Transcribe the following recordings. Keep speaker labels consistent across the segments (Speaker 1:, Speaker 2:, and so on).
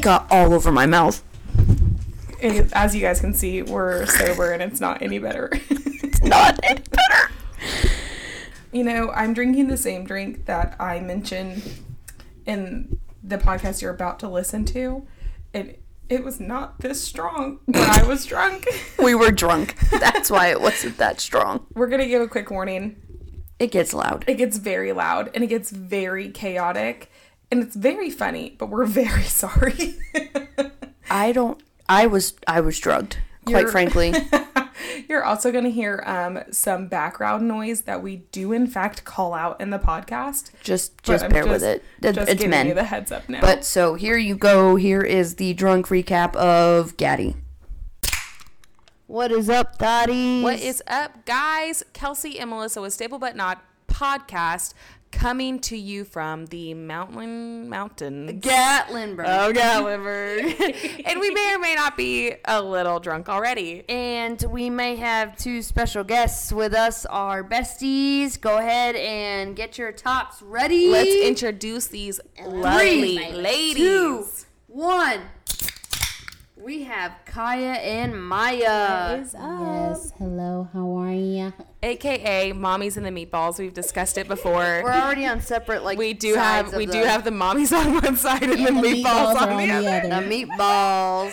Speaker 1: got all over my mouth.
Speaker 2: And it- as you guys can see, we're sober and it's not any better.
Speaker 1: Not any better.
Speaker 2: you know, I'm drinking the same drink that I mentioned in the podcast you're about to listen to. And it was not this strong when I was drunk.
Speaker 1: We were drunk. That's why it wasn't that strong.
Speaker 2: We're going to give a quick warning.
Speaker 1: It gets loud.
Speaker 2: It gets very loud and it gets very chaotic and it's very funny, but we're very sorry.
Speaker 1: I don't. I was. I was drugged. Quite
Speaker 2: You're-
Speaker 1: frankly,
Speaker 2: You're also going to hear um, some background noise that we do, in fact, call out in the podcast.
Speaker 1: just
Speaker 2: but
Speaker 1: just
Speaker 2: I'm
Speaker 1: bear with it. It-
Speaker 2: just
Speaker 1: it's
Speaker 2: giving you
Speaker 1: men.
Speaker 2: the heads up now.
Speaker 1: But so here you go. Here is the drunk recap of Gaddy. What is up, Daddy?
Speaker 2: What is up, guys? Kelsey and Melissa with Stable But Not podcast coming to you from the mountain mountains.
Speaker 1: Gatlinburg?
Speaker 2: Gatlinburg. and we may or may not be a little drunk already.
Speaker 1: And we may have two special guests with us, our besties. Go ahead and get your tops ready.
Speaker 2: Let's introduce these lovely
Speaker 1: Three,
Speaker 2: ladies.
Speaker 1: two, one. We have Kaya and Maya.
Speaker 3: Yes, hello, how are ya?
Speaker 2: AKA Mommies and the Meatballs. We've discussed it
Speaker 1: We're
Speaker 2: before.
Speaker 1: already on separate like.
Speaker 2: We do
Speaker 1: sides of
Speaker 2: have we
Speaker 1: the,
Speaker 2: do have the mommies on one side and the meatballs, on the other.
Speaker 1: the meatballs.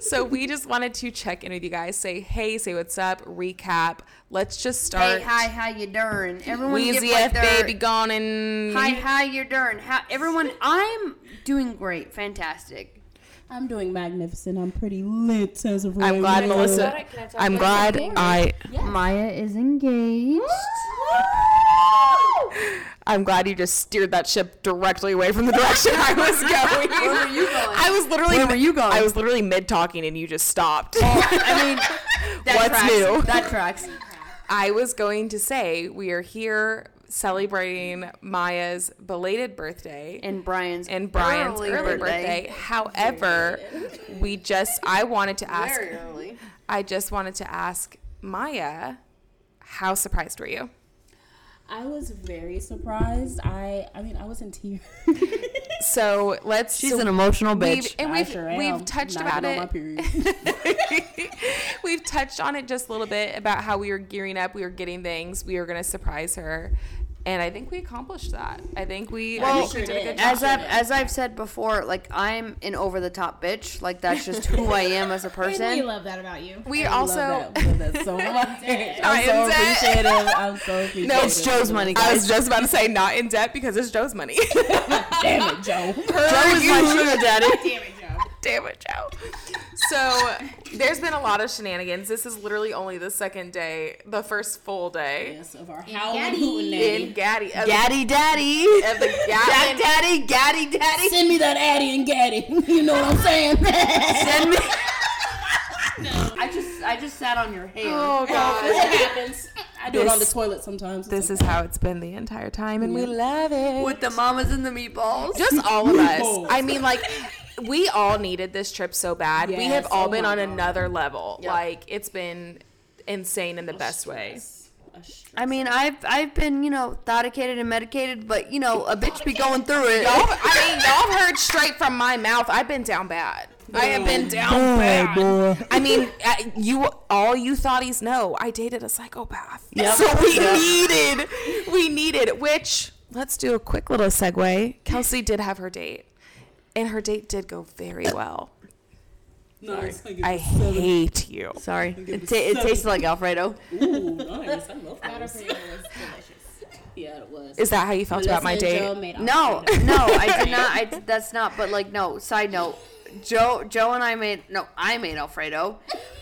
Speaker 2: So we just wanted to check in with you guys, say hey, say what's up, recap. Let's just start.
Speaker 3: Hey, hi, how you doing? Everyone get
Speaker 2: Wheezy
Speaker 3: like
Speaker 2: F
Speaker 3: their-
Speaker 2: baby gone and
Speaker 3: Hi, how you doing? How everyone? I'm doing great, fantastic.
Speaker 4: I'm doing magnificent. I'm pretty lit as of right
Speaker 2: I'm glad
Speaker 4: now.
Speaker 2: Melissa. I'm glad I.
Speaker 3: Maya is engaged.
Speaker 2: I'm glad you just steered that ship directly away from the direction I was going. Where were you going? I was literally.
Speaker 1: Where were you going?
Speaker 2: I was literally mid talking and you just stopped.
Speaker 3: I mean, that
Speaker 2: What's
Speaker 3: tracks.
Speaker 2: new?
Speaker 3: That tracks.
Speaker 2: I was going to say we are here celebrating Maya's belated birthday.
Speaker 3: And Brian's
Speaker 2: and Brian's early, birthday. However, we just I wanted to ask
Speaker 3: Very early.
Speaker 2: I just wanted to ask Maya, how surprised were you?
Speaker 4: I was very surprised. I I mean, I was in tears.
Speaker 2: So let's
Speaker 1: She's
Speaker 2: so
Speaker 1: an emotional
Speaker 2: we've-
Speaker 1: bitch.
Speaker 2: and
Speaker 4: I
Speaker 2: we've
Speaker 4: sure am.
Speaker 2: we've touched
Speaker 4: Not
Speaker 2: about
Speaker 4: on my
Speaker 2: it.
Speaker 4: period.
Speaker 2: we've touched on it just a little bit about how we were gearing up, we were getting things, we were gonna surprise her. And I think we accomplished that. I think we, I think we did a good job.
Speaker 3: As I've as I've said before, like I'm an over the top bitch. Like that's just who I am as a
Speaker 5: We
Speaker 3: person.
Speaker 5: love that about you.
Speaker 2: We
Speaker 4: I love
Speaker 2: also
Speaker 4: that. Love that so much.
Speaker 2: I
Speaker 4: I'm so
Speaker 2: am dead.
Speaker 4: appreciative. I'm so appreciative.
Speaker 2: No,
Speaker 1: It's Joe's money,
Speaker 2: I
Speaker 1: guys.
Speaker 2: was just about to say not in debt because it's Joe's money.
Speaker 4: Damn it, Joe.
Speaker 1: Joe is my sugar daddy.
Speaker 2: Damn it, Joe. So there's been a lot of shenanigans. This is literally only the second day, the first full day
Speaker 4: Yes, of our howling
Speaker 5: Gaddy.
Speaker 4: hootenanny.
Speaker 2: in Gaddy. Of,
Speaker 1: Gaddy daddy.
Speaker 2: of the
Speaker 1: Jack
Speaker 2: Gaddy.
Speaker 1: daddy. Gaddy daddy.
Speaker 4: Send me that Addy and Gaddy. You know what I'm saying?
Speaker 1: Send me.
Speaker 3: I just I just sat on your hand.
Speaker 2: Oh God.
Speaker 4: it happens. I do it on the
Speaker 2: This-
Speaker 4: toilet sometimes.
Speaker 2: This is how it's been the entire time, and we love it.
Speaker 3: with the mamas and the meatballs.
Speaker 2: Just all of us.
Speaker 4: Oh.
Speaker 2: I mean, like. We all needed this trip so bad. we have
Speaker 4: Yes,
Speaker 2: all
Speaker 4: oh
Speaker 2: been
Speaker 4: my
Speaker 2: on
Speaker 4: God.
Speaker 2: another level. Like it's been insane in
Speaker 4: Oh,
Speaker 2: the best way.
Speaker 3: I mean, I've I've been you know thodicated and medicated, but you know a bitch be going through it.
Speaker 2: Y'all, I mean, y'all heard straight from my mouth. I've been down bad. I have been down bad. I mean, I- you all you thoughties know. I dated a psychopath. So we needed, we needed. Which let's do a quick little segue. Kelsey did have her date, and her date did go very well.
Speaker 4: No, it's like
Speaker 2: I
Speaker 4: it's-
Speaker 2: hate you.
Speaker 1: Sorry. It, ta- it tasted like Alfredo.
Speaker 4: Ooh, nice. I love that.
Speaker 5: It was delicious.
Speaker 4: Yeah, it was.
Speaker 2: Is that how you felt about my
Speaker 4: Melissa and Joe
Speaker 2: date?
Speaker 4: made
Speaker 3: No, no, I did not. I that's not. But like, no. Side note, Joe, Joe and I made no. I made Alfredo,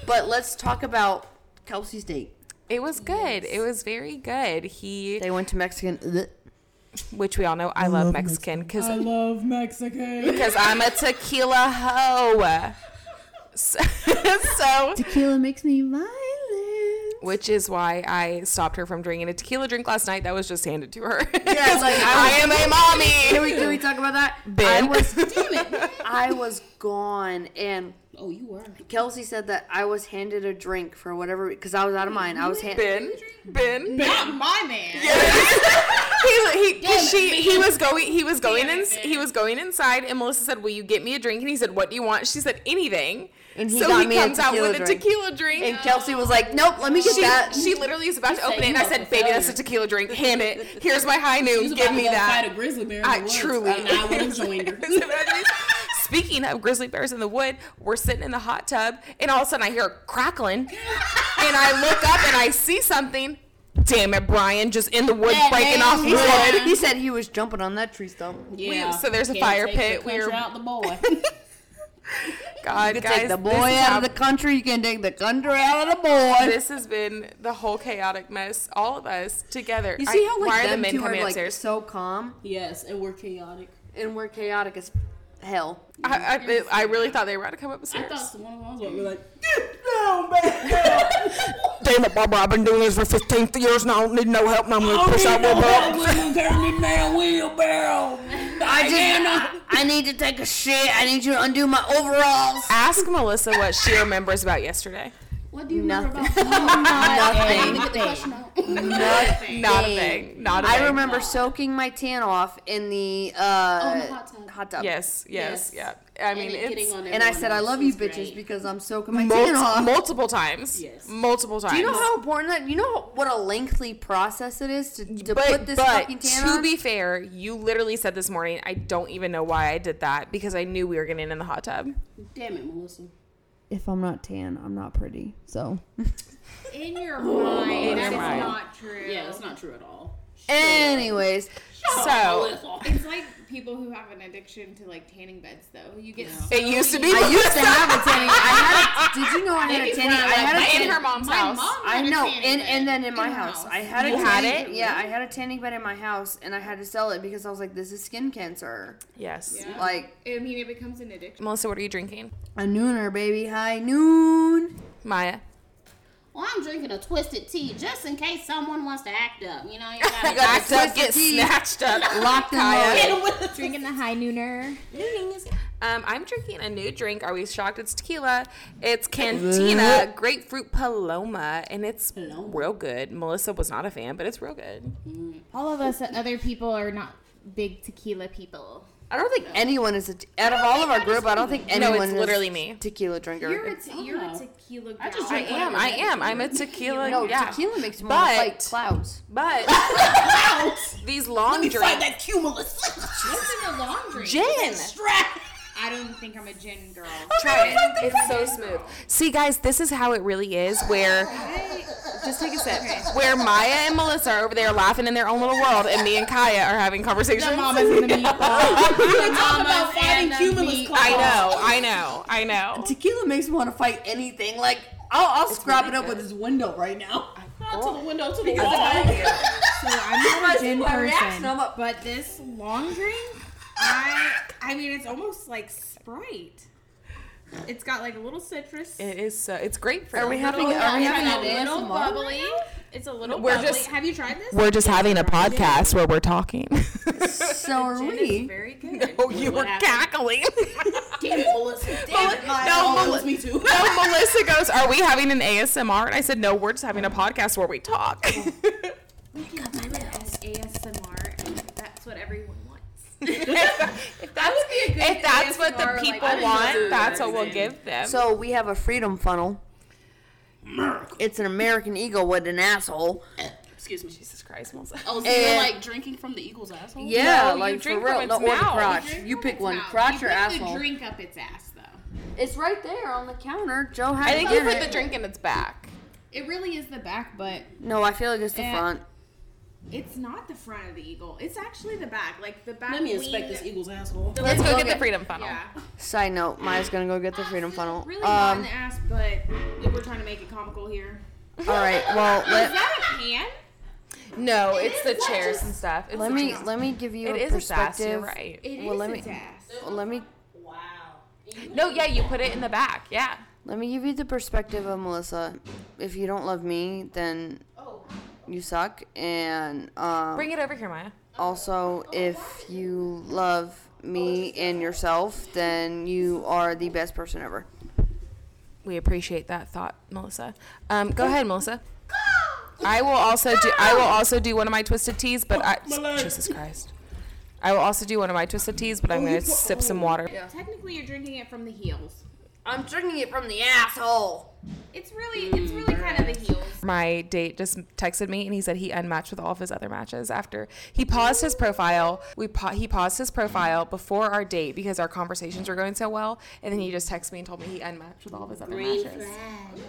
Speaker 3: but let's talk about Kelsey's date.
Speaker 2: It was good. It was very good. He,
Speaker 3: They went to Mexican. Ugh.
Speaker 2: which we all know, I love Mexican because
Speaker 4: I love Mexican.
Speaker 2: because I'm a tequila hoe. So, so-
Speaker 3: Tequila makes me violent.
Speaker 2: which is why I stopped her from drinking a tequila drink last night that was just handed to her.
Speaker 3: Yeah, it's like
Speaker 2: I
Speaker 3: I,
Speaker 2: am a
Speaker 3: can
Speaker 2: mommy.
Speaker 3: we can we talk about that? I
Speaker 2: Ben.
Speaker 3: was I was gone and.
Speaker 4: Oh, you were.
Speaker 3: Kelsey said that I was handed a drink for whatever because I was out of mine. I was handed.
Speaker 2: Ben, Ben,
Speaker 5: Not my man.
Speaker 2: he, he,
Speaker 4: Damn it,
Speaker 2: she, he
Speaker 4: man.
Speaker 2: was going he was going
Speaker 4: Damn
Speaker 2: in
Speaker 4: it, man.
Speaker 2: he was going inside and Melissa said, "Will you get me a drink?" And he said, "What do you want?" She said, "Anything."
Speaker 3: And he
Speaker 2: so
Speaker 3: got
Speaker 2: he
Speaker 3: me a
Speaker 2: comes out
Speaker 3: tequila
Speaker 2: with a
Speaker 3: drink.
Speaker 2: tequila drink.
Speaker 3: And Kelsey was like, "Nope, let me get
Speaker 2: she,
Speaker 3: that."
Speaker 2: she literally is about to
Speaker 4: said,
Speaker 2: open it,
Speaker 4: "You
Speaker 2: and I
Speaker 4: are
Speaker 2: said, "Baby, that's a tequila drink. Hand it. Here's my high noon. Give me
Speaker 4: Fight
Speaker 2: that."
Speaker 4: a grizzly bear in
Speaker 2: I
Speaker 4: the woods,
Speaker 2: truly.
Speaker 4: and I would have joined her.
Speaker 2: Speaking of grizzly bears in the wood, we're sitting in the hot tub, and all of a sudden I hear a crackling, and I look up and I see something. Damn it, Brian! Just in the woods,
Speaker 4: That
Speaker 2: breaking
Speaker 4: man
Speaker 2: off
Speaker 4: was
Speaker 2: wood.
Speaker 3: said, he said he was jumping on that tree stump.
Speaker 4: Yeah.
Speaker 2: so there's a
Speaker 4: Can't
Speaker 2: fire
Speaker 4: take the
Speaker 2: pit. We
Speaker 4: country
Speaker 2: were-
Speaker 4: out the boy.
Speaker 2: God,
Speaker 3: You can
Speaker 2: guys,
Speaker 3: take the boy
Speaker 2: this, is
Speaker 3: out
Speaker 2: how-
Speaker 3: of the country. You can take the country out of the boy.
Speaker 2: this has been the whole chaotic mess. All of us together.
Speaker 3: you
Speaker 2: I-
Speaker 3: see how like
Speaker 2: why are the
Speaker 3: them
Speaker 2: men
Speaker 3: two are
Speaker 2: coming
Speaker 3: like
Speaker 2: upstairs?
Speaker 3: so calm,
Speaker 4: yes, and we're chaotic.
Speaker 3: and we're chaotic as hell.
Speaker 2: I, I, I really thought they were about to come
Speaker 4: I
Speaker 2: upstairs.
Speaker 4: thought one of us would be like,
Speaker 6: Damn it, Barbara, I've been doing this for 15 years and I don't need no help. No, I'm going to push out my butt.
Speaker 3: I just, I need to take a shit. I need you to undo my overalls.
Speaker 2: Ask Melissa what she remembers about yesterday.
Speaker 4: "What do you remember
Speaker 3: Nothing.
Speaker 4: about Let me
Speaker 3: Nothing.
Speaker 4: get the question out.
Speaker 2: Not a thing. Not a thing.
Speaker 3: I remember soaking my tan off in the
Speaker 2: Oh,
Speaker 3: uh,
Speaker 4: On the "Oh, hot tub.
Speaker 3: hot tub.
Speaker 2: Yes, yes,
Speaker 4: Yes.
Speaker 2: yeah. I mean,
Speaker 4: And it
Speaker 2: it's
Speaker 4: getting on
Speaker 3: And I
Speaker 4: everyone
Speaker 3: said, I
Speaker 4: else
Speaker 3: love you
Speaker 4: was great.
Speaker 3: bitches because I'm soaking my
Speaker 2: mul-
Speaker 3: tan off.
Speaker 2: multiple times.
Speaker 4: Yes.
Speaker 2: Multiple times.
Speaker 3: Do you know how important that? You know what a lenghtly process it is to, to
Speaker 2: but,
Speaker 3: put this
Speaker 2: but
Speaker 3: fucking tan
Speaker 2: to
Speaker 3: on.
Speaker 2: be fair, you literally said this morning, I don't even know why I did that because I knew we were getting in the hot tub.
Speaker 4: Damn it, Melissa.
Speaker 3: if I'm not tan, I'm not pretty. So
Speaker 7: In your mind, that is
Speaker 2: mind.
Speaker 7: not true.
Speaker 4: Yeah, that's not true at all.
Speaker 3: Anyways,
Speaker 2: So
Speaker 7: It's like people who have an addiction to like tanning beds, though. You get so
Speaker 2: it used to be.
Speaker 3: I used to have a tanning. I had. A, did you know I had a tanning? I had a
Speaker 2: in
Speaker 3: tanning.
Speaker 2: her mom's
Speaker 7: my
Speaker 2: house.
Speaker 7: mom.
Speaker 3: I
Speaker 7: had a
Speaker 3: know,
Speaker 7: tanning
Speaker 3: and
Speaker 7: bed
Speaker 3: and then in my
Speaker 7: her
Speaker 3: house, I had a
Speaker 2: You had
Speaker 3: tanning,
Speaker 2: it?
Speaker 3: Yeah, I had a tanning bed in my house, and I had to sell it because I was like, this is skin cancer.
Speaker 2: Yes.
Speaker 7: Yeah.
Speaker 3: Like
Speaker 7: I mean, it becomes an addiction.
Speaker 2: Melissa, what are you drinking?
Speaker 3: a nooner, baby, high noon.
Speaker 2: Maya.
Speaker 8: Well, I'm drinking a twisted tea just in case someone wants to act up. You know, you gotta
Speaker 2: Act up,
Speaker 3: twisted
Speaker 2: get
Speaker 3: tea.
Speaker 2: snatched up.
Speaker 3: Locked and
Speaker 2: Kaya.
Speaker 3: loaded.
Speaker 7: Drinking the high nooner.
Speaker 2: Um, I'm drinking a new drink. Are we shocked? It's tequila. It's Cantina Grapefruit Paloma, and it's real good. Melissa was not a fan, but it's real good.
Speaker 7: All of us other people are not big tequila people.
Speaker 3: I don't think anyone is a t- out of all of our group. I don't think
Speaker 2: No,
Speaker 3: anyone
Speaker 2: it's literally
Speaker 3: is
Speaker 2: me.
Speaker 3: tequila drinker.
Speaker 7: You're a, te- you're a
Speaker 4: know.
Speaker 7: tequila girl.
Speaker 4: I just
Speaker 2: I
Speaker 4: drink
Speaker 2: am. I am. I'm a tequila.
Speaker 3: no,
Speaker 2: yeah.
Speaker 3: tequila makes me
Speaker 2: But-
Speaker 3: want to fight clouds.
Speaker 2: But these long
Speaker 4: Fight
Speaker 2: drinks.
Speaker 4: that cumulus.
Speaker 7: What's in the laundry?
Speaker 2: Gin.
Speaker 7: I don't think I'm a gin girl.
Speaker 2: Try it. It's so smooth. See, guys, this is how it really is. Where just take a sip. Where Maya and Melissa are over there laughing in their own little world, and me and Kaya are having conversations.
Speaker 4: Talk about fighting cumulus.
Speaker 2: I know. I know. I know.
Speaker 3: Tequila makes me want to fight anything. Like I'll, I'll scrap it up with
Speaker 2: really
Speaker 3: this window right now.
Speaker 4: Out
Speaker 7: Oh.
Speaker 4: to the window, to the wall.
Speaker 7: So I'm not a gin
Speaker 3: My reaction,
Speaker 7: person.
Speaker 3: I'm up.
Speaker 7: But this long drink, I I mean, it's almost like Sprite. It's got like a little citrus.
Speaker 2: It is so. It's great for. Are
Speaker 3: we having- are we having
Speaker 7: It's
Speaker 3: an
Speaker 7: a little
Speaker 3: ASMR?
Speaker 7: bubbly. It's a little
Speaker 2: We're
Speaker 7: bubbly.
Speaker 2: just-
Speaker 7: Have you tried this?
Speaker 2: We're just having a podcast where we're talking.
Speaker 3: So are
Speaker 7: Gin is
Speaker 3: we.
Speaker 7: very good.
Speaker 2: oh, you were cackling.
Speaker 4: Damn it, Melissa. Damn it.
Speaker 2: no,
Speaker 4: Oh,
Speaker 2: Mel-
Speaker 4: it's me too.
Speaker 2: no, Melissa goes. Are we having an ASMR? And I said, No, we're just having a podcast where we talk.
Speaker 7: We can do it as ASMR. and That's what everyone wants.
Speaker 2: if that's,
Speaker 7: be a good
Speaker 2: if that's what the
Speaker 7: ASMR, like,
Speaker 2: people
Speaker 7: I didn't
Speaker 2: want, that's what we'll give them.
Speaker 3: So we have a freedom funnel. It's an American eagle with an asshole.
Speaker 4: Excuse me.
Speaker 2: Jesus Christ, Melissa.
Speaker 4: Oh, so you're
Speaker 3: And-
Speaker 4: like drinking from the eagle's asshole?
Speaker 3: Yeah,
Speaker 2: No, you
Speaker 3: like
Speaker 2: drink
Speaker 3: for real.
Speaker 2: from
Speaker 3: No,
Speaker 2: its
Speaker 3: or the
Speaker 2: mouth.
Speaker 3: crotch.
Speaker 7: Drink
Speaker 3: You
Speaker 7: from
Speaker 3: pick
Speaker 7: its
Speaker 3: one,
Speaker 7: mouth.
Speaker 3: crotch
Speaker 7: you
Speaker 3: or
Speaker 7: put
Speaker 3: asshole.
Speaker 7: The drink up its ass, though.
Speaker 3: It's right there on the counter. Joe had
Speaker 2: I
Speaker 3: to
Speaker 2: think you
Speaker 3: get
Speaker 2: put
Speaker 3: it.
Speaker 2: the drink in its back.
Speaker 7: It really is the back, but
Speaker 3: No, I feel like it's the
Speaker 7: Eh.
Speaker 3: front.
Speaker 7: it's not the front of the eagle. It's actually the back, like the back.
Speaker 4: Let me
Speaker 7: wing-
Speaker 4: inspect this eagle's asshole.
Speaker 7: the-
Speaker 2: Let's go
Speaker 3: look
Speaker 2: get the
Speaker 3: at-
Speaker 2: freedom funnel.
Speaker 7: Yeah.
Speaker 3: Side note: Maya's gonna go get the freedom funnel.
Speaker 7: Really hot in
Speaker 3: Um,
Speaker 7: the ass, but we- we're trying to make it comical here.
Speaker 3: all right. Well,
Speaker 7: Is
Speaker 3: let,
Speaker 7: that a pan?
Speaker 2: No, it's the chairs and stuff. It's
Speaker 3: let
Speaker 2: the
Speaker 3: me
Speaker 2: chairs.
Speaker 3: let me give you
Speaker 2: It
Speaker 3: a
Speaker 2: is its ass.
Speaker 3: perspective.
Speaker 2: You're right.
Speaker 7: It is
Speaker 3: Well, let me-
Speaker 7: its ass.
Speaker 3: Let me
Speaker 2: No, yeah, you put it in the back. Yeah.
Speaker 3: let me give you the perspective of Melissa. If you don't love me, then you suck. And um,
Speaker 2: Bring it over here, Maya.
Speaker 3: Also, if you love me and yourself, then you are the best person ever.
Speaker 2: We appreciate that thought, Melissa. Um, go ahead, Melissa. I will also do. I will also do one of my twisted teas, but I.
Speaker 9: my leg.
Speaker 2: Jesus Christ. I will also do one of my twisted teas, but I'm gonna sip some water.
Speaker 7: Technically, you're drinking it from the heels.
Speaker 3: I'm drinking it from the asshole.
Speaker 7: It's really, it's really
Speaker 4: Mm.
Speaker 7: kind of the heels.
Speaker 2: My date just texted me and he said he unmatched with all of his other matches after he paused his profile. We pa- he paused his profile before our date because our conversations were going so well, and then he just texted me and told me he unmatched with all of his other matches.
Speaker 7: Green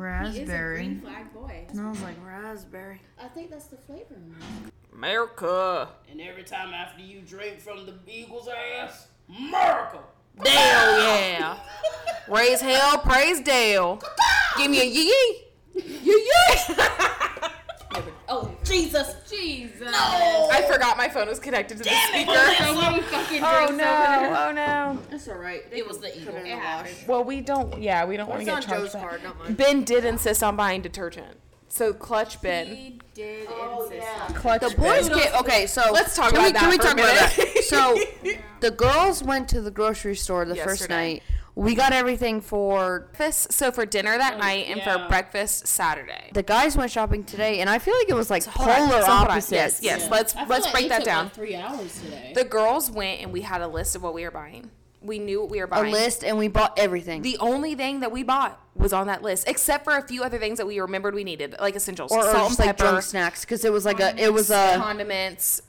Speaker 3: Raspberry.
Speaker 7: flag boy.
Speaker 3: Smells like raspberry.
Speaker 10: I think that's the flavor. in mine.
Speaker 9: America. And every time after you drink from the Eagles' ass, America.
Speaker 2: Dale, yeah. Raise hell, praise Dale. Give me a yee yee.
Speaker 10: Oh, Jesus.
Speaker 7: Jesus.
Speaker 2: I forgot my phone was connected to the speaker.
Speaker 7: Oh no.
Speaker 2: Oh no.
Speaker 10: That's all right. It was the eagle.
Speaker 7: It happened.
Speaker 2: Well, we don't. Yeah, we don't want to
Speaker 3: It's
Speaker 2: get
Speaker 3: on
Speaker 2: charged.
Speaker 3: Joe's
Speaker 2: for that.
Speaker 3: card, not mine.
Speaker 2: Ben did insist on buying detergent. So clutch Ben.
Speaker 7: He did insist.
Speaker 2: Clutch the
Speaker 3: Boys get okay. So
Speaker 2: Let's talk
Speaker 3: can
Speaker 2: about
Speaker 3: we,
Speaker 2: that
Speaker 3: Can we
Speaker 2: for a
Speaker 3: talk about
Speaker 2: minute.
Speaker 3: that? So the girls went to the grocery store the first
Speaker 2: Yesterday.
Speaker 3: night. We got everything for
Speaker 2: breakfast. So for dinner that night and for breakfast Saturday.
Speaker 3: the guys went shopping today, and I feel like it was like
Speaker 2: Hold on,
Speaker 3: polar
Speaker 2: so hold on. Yes,
Speaker 3: opposites.
Speaker 2: yes. Let's
Speaker 4: I feel
Speaker 2: let's
Speaker 4: like
Speaker 2: break
Speaker 4: it
Speaker 2: that
Speaker 4: took, like,
Speaker 2: down.
Speaker 4: three hours today.
Speaker 2: The girls went and we had a list of what we were buying. We knew what we were
Speaker 3: A
Speaker 2: buying.
Speaker 3: list, and we bought everything.
Speaker 2: The only thing that we bought was on that list, except for a few other things that we remembered we needed, like essentials,
Speaker 3: or, or
Speaker 2: salt
Speaker 3: just
Speaker 2: and
Speaker 3: like
Speaker 2: pepper,
Speaker 3: drunk snacks because it was like a Uh, it was a
Speaker 2: condiments,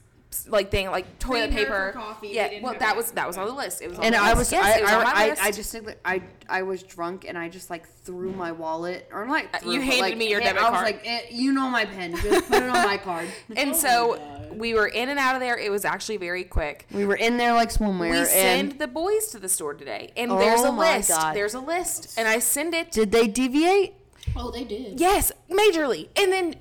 Speaker 2: like thing like toilet
Speaker 7: Creamer for
Speaker 2: paper.
Speaker 7: coffee, we
Speaker 2: Yeah,
Speaker 7: didn't
Speaker 2: well,
Speaker 7: have
Speaker 2: that
Speaker 7: that.
Speaker 2: was that was on the list. It was on
Speaker 3: and
Speaker 2: the
Speaker 3: I
Speaker 2: list.
Speaker 3: was
Speaker 2: Yes,
Speaker 3: I
Speaker 2: it was on my
Speaker 3: I, I,
Speaker 2: list.
Speaker 3: I just think that I I was drunk and I just like threw my wallet or like threw,
Speaker 2: you
Speaker 3: but,
Speaker 2: handed
Speaker 3: like,
Speaker 2: me your
Speaker 3: hand-
Speaker 2: debit
Speaker 3: I
Speaker 2: card.
Speaker 3: was like eh, you know my pen just put it on my card.
Speaker 2: and so we were in and out of there. It was actually very quick.
Speaker 3: We were in there like swimwear.
Speaker 2: We
Speaker 3: and
Speaker 2: send the boys to the store today, and there's
Speaker 3: Oh
Speaker 2: a
Speaker 3: my
Speaker 2: list.
Speaker 3: God.
Speaker 2: There's a list, and I send it.
Speaker 3: did they deviate?
Speaker 10: Oh, they did.
Speaker 2: yes, majorly, and then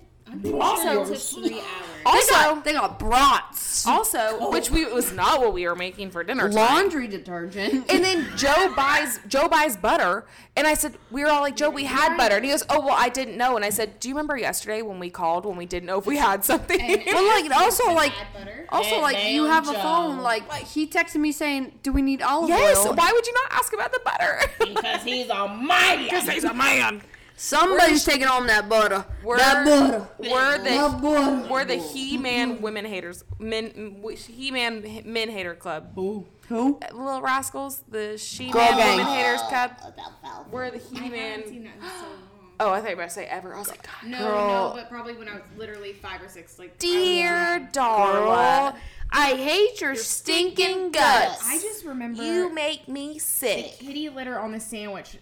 Speaker 10: Also, three hours.
Speaker 2: also.
Speaker 3: They got brats,
Speaker 2: also, which we was not what we were making for dinner. tonight.
Speaker 3: laundry detergent.
Speaker 2: And then Joe buys Joe buys butter, and I said we were all like Joe, we had butter, and he goes, oh well, I didn't know, and I said, do you remember yesterday when we called when we didn't know if we had something?
Speaker 3: But like also like
Speaker 10: Add butter.
Speaker 3: also
Speaker 4: And
Speaker 3: like you
Speaker 4: Ma'am
Speaker 3: have a
Speaker 4: Joe.
Speaker 3: phone. Like he texted me saying, "Do we need olive
Speaker 2: yes,
Speaker 3: oil?"
Speaker 2: why would you not ask about the butter?
Speaker 9: Because he's almighty. Because he's a man.
Speaker 3: Somebody's taking home that butter.
Speaker 2: We're,
Speaker 3: that butter.
Speaker 2: we're
Speaker 3: That
Speaker 2: the
Speaker 3: butter.
Speaker 2: we're the he man women haters men he man men hater club.
Speaker 3: Who?
Speaker 2: Little rascals, the she
Speaker 3: Girl
Speaker 2: man
Speaker 3: gang.
Speaker 2: women haters club.
Speaker 10: Oh, About valve.
Speaker 2: We're the he
Speaker 7: I haven't seen
Speaker 2: man.
Speaker 7: that in so long.
Speaker 2: Oh, I thought you were about to say ever. I was like, God.
Speaker 7: No,
Speaker 3: Girl.
Speaker 7: no, but probably when I was literally five or six. Like I
Speaker 2: dear
Speaker 3: Girl,
Speaker 2: Darla.
Speaker 3: I hate your stinking guts.
Speaker 7: I just remember
Speaker 2: make me
Speaker 7: the
Speaker 2: sick.
Speaker 7: kitty litter on the sandwich.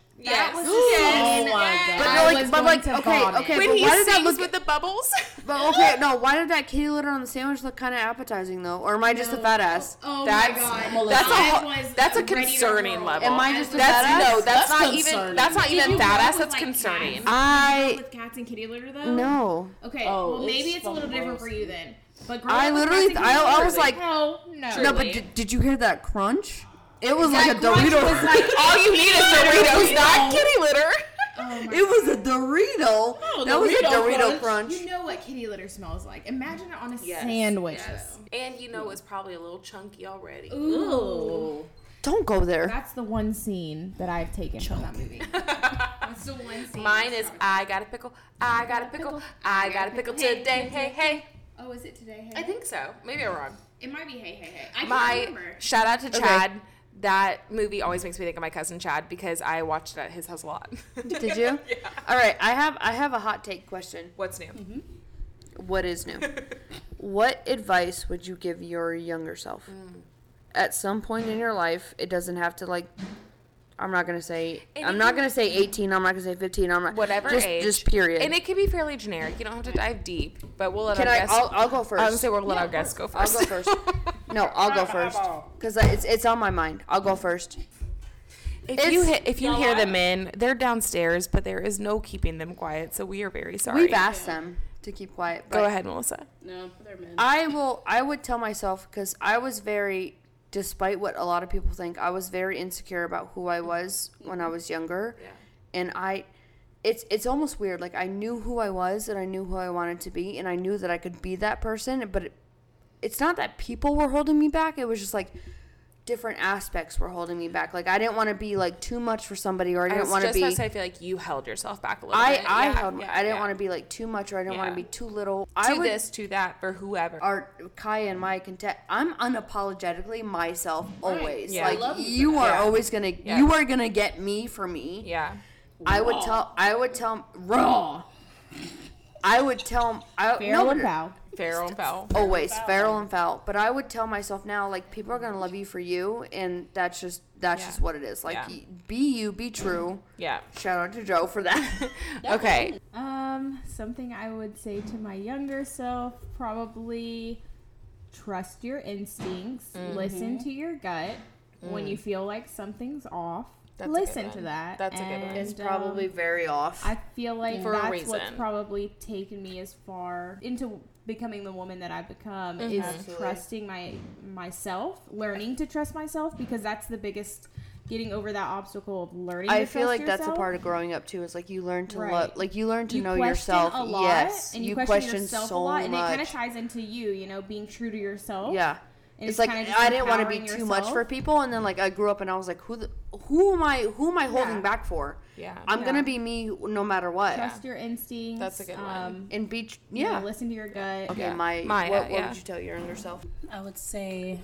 Speaker 2: Yes.
Speaker 7: That was
Speaker 4: oh
Speaker 7: yes.
Speaker 4: my god.
Speaker 3: But
Speaker 7: I
Speaker 3: they're
Speaker 7: was
Speaker 3: like, but
Speaker 7: going
Speaker 3: like,
Speaker 7: to
Speaker 3: okay,
Speaker 7: vomit.
Speaker 3: okay,
Speaker 2: When
Speaker 3: but
Speaker 2: he
Speaker 3: why did that
Speaker 2: sings
Speaker 3: look?
Speaker 2: with the bubbles,
Speaker 7: Oh
Speaker 3: But okay, no, why did that kitty litter on the sandwich look kind of appetizing though? Or am I just a fat ass?
Speaker 7: Oh
Speaker 2: That's-
Speaker 7: my god.
Speaker 2: that's a
Speaker 7: I
Speaker 2: ho-
Speaker 7: was
Speaker 2: that's a
Speaker 7: ready to
Speaker 2: concerning
Speaker 7: roll.
Speaker 2: level.
Speaker 3: Am I just a
Speaker 2: that's
Speaker 3: fat ass?
Speaker 2: no, that's,
Speaker 4: That's
Speaker 2: not even
Speaker 4: concerning.
Speaker 2: that's not
Speaker 7: Did
Speaker 2: even
Speaker 7: you
Speaker 2: fat
Speaker 7: grow
Speaker 2: ass.
Speaker 7: up
Speaker 2: That's
Speaker 7: with, like,
Speaker 2: concerning.
Speaker 7: cats?
Speaker 3: I-
Speaker 7: Did you grow up with cats and kitty litter though.
Speaker 3: No.
Speaker 7: Okay.
Speaker 4: Oh,
Speaker 7: well, maybe
Speaker 4: it's
Speaker 7: it's, a little
Speaker 4: fucking
Speaker 7: different for
Speaker 4: gross.
Speaker 7: you then. But growing
Speaker 3: I
Speaker 7: up with
Speaker 3: literally,
Speaker 7: cats and
Speaker 3: I,
Speaker 7: kitty
Speaker 3: I
Speaker 7: litter,
Speaker 3: was like,
Speaker 7: hell no.
Speaker 3: no, but did, did you hear that crunch? It was
Speaker 7: That
Speaker 3: like a
Speaker 7: crunch
Speaker 3: Dorito.
Speaker 7: was like-
Speaker 2: All you need is Doritos, not kitty litter.
Speaker 7: Oh my
Speaker 3: it was a Dorito. that was a Dorito crunch.
Speaker 7: You know what kitty litter smells like. Imagine it on a
Speaker 2: Yes.
Speaker 7: sandwich.
Speaker 2: And you know it's probably a little chunky already.
Speaker 7: though. Ooh.
Speaker 3: Don't go there.
Speaker 7: That's the one scene that I've taken from that movie. That's the one scene.
Speaker 2: Mine is I got a pickle, I got a pickle, I got a pickle today. Hey, hey.
Speaker 7: Oh, is it today?
Speaker 2: I
Speaker 7: Hey,
Speaker 2: think so. Maybe I'm wrong.
Speaker 7: it might be Hey Hey Hey. I can't
Speaker 2: my
Speaker 7: remember.
Speaker 2: shout out to Chad. That movie always makes me think of my cousin Chad because I watched it at his house a lot.
Speaker 3: Did you?
Speaker 2: yeah.
Speaker 3: All right, I have I have a hot take question.
Speaker 2: What's new?
Speaker 3: What is new? what advice would you give your younger self?
Speaker 2: Mm.
Speaker 3: At some point in your life, it doesn't have to like. I'm not gonna say. I'm
Speaker 2: it
Speaker 3: not
Speaker 2: can-
Speaker 3: gonna say 18. I'm not gonna say 15. I'm not
Speaker 2: Whatever
Speaker 3: Just,
Speaker 2: age.
Speaker 3: just period.
Speaker 2: And it can be fairly generic. You don't have to dive deep, but we'll let
Speaker 3: Can
Speaker 2: our
Speaker 3: I?
Speaker 2: guests.
Speaker 3: I'll, I'll go
Speaker 2: I was gonna
Speaker 3: first.
Speaker 2: say we'll let our guests go
Speaker 3: I'll
Speaker 2: first.
Speaker 3: go first. no, I'll go first because it's it's on my mind. I'll go first.
Speaker 2: if you
Speaker 3: It's-
Speaker 2: he- if you hear them in, they're downstairs, but there is no keeping them quiet. So we are very sorry.
Speaker 3: We've asked them to keep quiet. But
Speaker 2: Go ahead, Melissa.
Speaker 4: no, they're men.
Speaker 3: I will. I would tell myself because I was very, despite what a lot of people think, I was very insecure about who I was when I
Speaker 2: Mm-hmm.
Speaker 3: was younger, and I, it's it's almost weird. Like I knew who I was and I knew who I wanted to be, and I knew that I could be that person. But it, it's not that people were holding me back. It was just like, different aspects were holding me back. Like I didn't want to be like too much for somebody, or I
Speaker 2: I
Speaker 3: didn't
Speaker 2: was
Speaker 3: want to
Speaker 2: just
Speaker 3: be.
Speaker 2: about to say, I feel like you held yourself back a little
Speaker 3: I
Speaker 2: bit.
Speaker 3: I
Speaker 2: Yeah,
Speaker 3: held.
Speaker 2: yeah,
Speaker 3: I didn't
Speaker 2: yeah.
Speaker 3: want to be like too much, or I didn't want
Speaker 2: Yeah.
Speaker 3: to be too little.
Speaker 2: to
Speaker 3: I would,
Speaker 2: this, to that, for whoever.
Speaker 3: are Kaya and Mike and Ted. I'm unapologetically myself always.
Speaker 2: Yeah. I
Speaker 3: Like
Speaker 2: love
Speaker 3: you are
Speaker 2: Yeah.
Speaker 3: always gonna
Speaker 2: Yeah.
Speaker 3: you are gonna get me for me.
Speaker 2: yeah.
Speaker 3: I would tell I would tell raw. I would tell I
Speaker 4: Feral
Speaker 3: no,
Speaker 4: and foul.
Speaker 2: Feral and foul.
Speaker 3: always feral and foul. But I would tell myself now like people are gonna love you for you, and that's just that's
Speaker 2: Yeah.
Speaker 3: just what it is. Like
Speaker 2: Yeah.
Speaker 3: y- be you, be true.
Speaker 2: Yeah.
Speaker 3: Shout out to Joe for that.
Speaker 2: Okay.
Speaker 7: Um, something I would say to my younger self probably trust your instincts,
Speaker 2: Mm-hmm.
Speaker 7: listen to your gut. When you feel like something's off,
Speaker 2: Mm. That's a good
Speaker 7: listen to
Speaker 2: one.
Speaker 7: that.
Speaker 2: That's a good one.
Speaker 3: it's
Speaker 7: and, um,
Speaker 3: probably very off.
Speaker 7: I feel like
Speaker 2: For a
Speaker 7: that's what's
Speaker 2: reason.
Speaker 7: probably taken me as far into becoming the woman that I've become
Speaker 3: Mm-hmm.
Speaker 7: is trusting my myself, learning to trust myself because that's the biggest getting over that obstacle of learning.
Speaker 3: I
Speaker 7: to
Speaker 3: feel
Speaker 7: trust
Speaker 3: like that's a
Speaker 7: yourself.
Speaker 3: part of growing up too. Is like you learn to love,
Speaker 7: Right.
Speaker 3: like you learn to
Speaker 7: You
Speaker 3: know
Speaker 7: question
Speaker 3: yourself.
Speaker 7: a lot,
Speaker 3: yes,
Speaker 7: and you, question, yourself a lot, and it kind of ties into you, you know, being true to yourself.
Speaker 3: yeah,
Speaker 7: And
Speaker 3: it's, like
Speaker 7: kinda just
Speaker 3: I didn't want to be
Speaker 7: empowering
Speaker 3: too much
Speaker 7: yourself.
Speaker 3: for people, and then like I grew up and I was like, who, the, who am I? Who am I holding
Speaker 7: Yeah.
Speaker 3: back for?
Speaker 2: Yeah.
Speaker 3: I'm
Speaker 7: Yeah.
Speaker 3: gonna be me no matter what.
Speaker 7: Trust your instincts.
Speaker 2: That's a good one.
Speaker 7: Um,
Speaker 3: And be tr-
Speaker 7: yeah.
Speaker 3: yeah.
Speaker 7: listen to your gut.
Speaker 3: Okay,
Speaker 2: Yeah.
Speaker 3: my
Speaker 2: Maya,
Speaker 3: what, what
Speaker 2: yeah.
Speaker 3: would you tell your younger self?
Speaker 4: I would say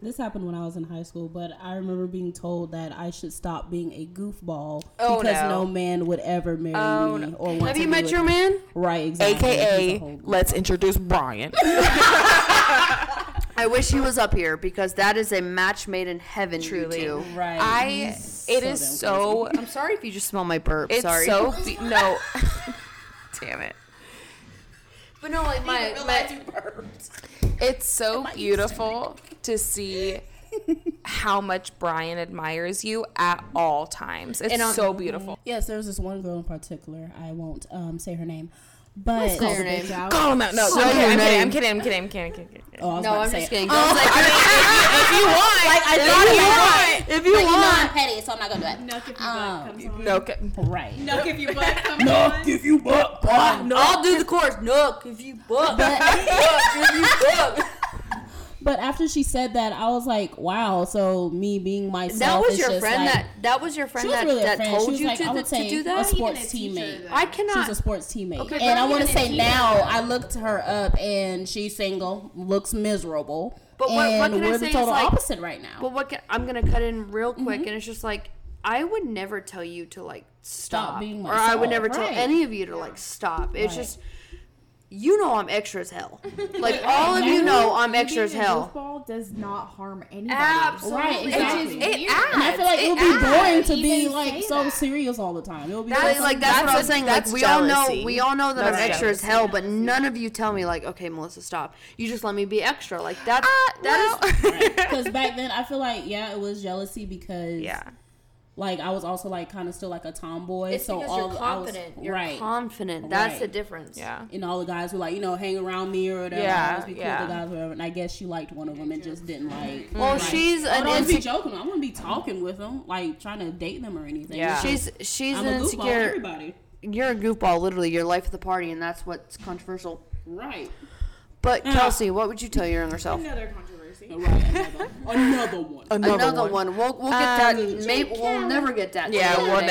Speaker 4: this happened when I was in high school, but I remember being told that I should stop being a goofball
Speaker 2: Oh,
Speaker 4: because
Speaker 2: no. Oh,
Speaker 4: no. man would ever marry me or want
Speaker 3: Have
Speaker 4: to
Speaker 3: you
Speaker 4: be
Speaker 3: met
Speaker 4: with
Speaker 3: your
Speaker 4: me.
Speaker 3: man?
Speaker 4: Right, exactly. He's a whole
Speaker 5: AKA,
Speaker 4: goof.
Speaker 5: let's introduce Brian.
Speaker 3: I wish he was up here because that is a match made in heaven. Truly, you two.
Speaker 4: right.
Speaker 2: I. It is so.
Speaker 3: I'm sorry if you just smell my burp.
Speaker 2: It's
Speaker 3: sorry,
Speaker 2: so. Be- no. Damn it.
Speaker 3: but no, like my, my
Speaker 2: It's so beautiful to see how much Brian admires you at all times. It's so beautiful.
Speaker 4: Yes, there was this one girl in particular. I won't um, say her name, but call her name. Out.
Speaker 2: Call him out. No, no, I'm, kidding, I'm kidding. I'm kidding. I'm kidding. I'm kidding. I'm kidding.
Speaker 4: Oh, I was
Speaker 3: no,
Speaker 4: about
Speaker 3: I'm
Speaker 4: to say
Speaker 3: just
Speaker 4: it.
Speaker 3: kidding.
Speaker 2: if you want, like I thought if you
Speaker 10: But you know I'm petty, so I'm not gonna do it. Um,
Speaker 7: Nuck if your butt comes on.
Speaker 2: want. Okay.
Speaker 4: Right.
Speaker 7: Nuck if your butt comes on.
Speaker 5: If you buck, buck,
Speaker 3: I'll do the chorus. Nook, if you book,
Speaker 4: But after she said that, I was like, wow. So me being myself.
Speaker 3: That was
Speaker 4: is
Speaker 3: your
Speaker 4: just
Speaker 3: friend
Speaker 4: like-
Speaker 3: that that was your
Speaker 4: She
Speaker 3: friend
Speaker 4: was
Speaker 3: that,
Speaker 4: really a
Speaker 3: that
Speaker 4: friend. She
Speaker 3: told
Speaker 4: was
Speaker 3: you
Speaker 4: like,
Speaker 3: to,
Speaker 4: I
Speaker 3: th-
Speaker 4: would say
Speaker 3: to do
Speaker 4: a
Speaker 3: that.
Speaker 4: sports
Speaker 7: Even a teacher,
Speaker 4: teammate.
Speaker 7: though.
Speaker 3: I
Speaker 4: She's
Speaker 3: cannot.
Speaker 4: a sports teammate.
Speaker 3: Okay,
Speaker 4: and I
Speaker 3: but
Speaker 4: want to
Speaker 3: even
Speaker 4: say
Speaker 3: if you-
Speaker 4: now, I looked her up and she's single, looks miserable.
Speaker 3: But what- what
Speaker 4: and
Speaker 3: can I
Speaker 4: we're
Speaker 3: say
Speaker 4: the
Speaker 3: is
Speaker 4: total
Speaker 3: like-
Speaker 4: opposite right now. Mm-hmm.
Speaker 3: But what can, I'm gonna cut in real quick, and it's just like I would never tell you to like stop,
Speaker 4: being
Speaker 3: or I would
Speaker 4: myself,
Speaker 3: never tell
Speaker 4: right.
Speaker 3: any of you to like stop. It's
Speaker 4: Right.
Speaker 3: just you know I'm extra as hell. Like all of you know I'm extra as
Speaker 7: Being a
Speaker 3: hell.
Speaker 7: goofball does not harm anybody.
Speaker 4: right,
Speaker 2: It,
Speaker 4: exactly.
Speaker 2: it adds.
Speaker 4: and I feel like it would be
Speaker 2: adds.
Speaker 4: boring to
Speaker 7: Even
Speaker 4: be
Speaker 7: say
Speaker 4: like so serious all the time. It would be
Speaker 3: Like,
Speaker 4: so-
Speaker 3: like that's, what I
Speaker 2: That's
Speaker 3: was
Speaker 2: a-
Speaker 3: saying. Like
Speaker 2: that's
Speaker 3: we all know,
Speaker 2: jealousy.
Speaker 3: we all know that I'm
Speaker 2: That's
Speaker 3: extra as hell, but none of you tell me like, okay, Melissa, stop. You just let me be extra. Like that.
Speaker 4: Uh,
Speaker 3: that is
Speaker 4: Because back then, I feel like yeah, it was jealousy because
Speaker 2: Yeah.
Speaker 4: like I was also like kind of still like a tomboy.
Speaker 3: It's
Speaker 4: so
Speaker 3: because
Speaker 4: all
Speaker 3: you're
Speaker 4: I was-
Speaker 3: confident. you're
Speaker 4: right.
Speaker 3: confident. That's
Speaker 4: Right.
Speaker 3: the difference.
Speaker 2: Yeah.
Speaker 4: and all the guys were like, you know, hang around me or whatever.
Speaker 2: Yeah,
Speaker 4: I always be cool
Speaker 2: yeah. Mm-hmm.
Speaker 4: with the guys, or whatever. And I guess she liked one of them and just didn't like.
Speaker 3: Well, she's
Speaker 4: I
Speaker 3: an
Speaker 4: don't be
Speaker 3: insecure.
Speaker 4: joking. I wouldn't be talking with them, like trying to date them or anything.
Speaker 2: Yeah.
Speaker 3: She's she's
Speaker 4: I'm
Speaker 3: an
Speaker 4: a goofball.
Speaker 3: insecure.
Speaker 4: Everybody,
Speaker 3: You're a goofball, literally. You're life of the party, and that's what's controversial.
Speaker 4: right?
Speaker 3: But Kelsey, what would you tell your younger self?
Speaker 7: Another controversy.
Speaker 4: Right. Another, another one.
Speaker 3: Another, one. We'll we'll get
Speaker 4: Um,
Speaker 3: that. Maybe we'll never get that.
Speaker 2: Yeah,
Speaker 3: today.
Speaker 2: we'll never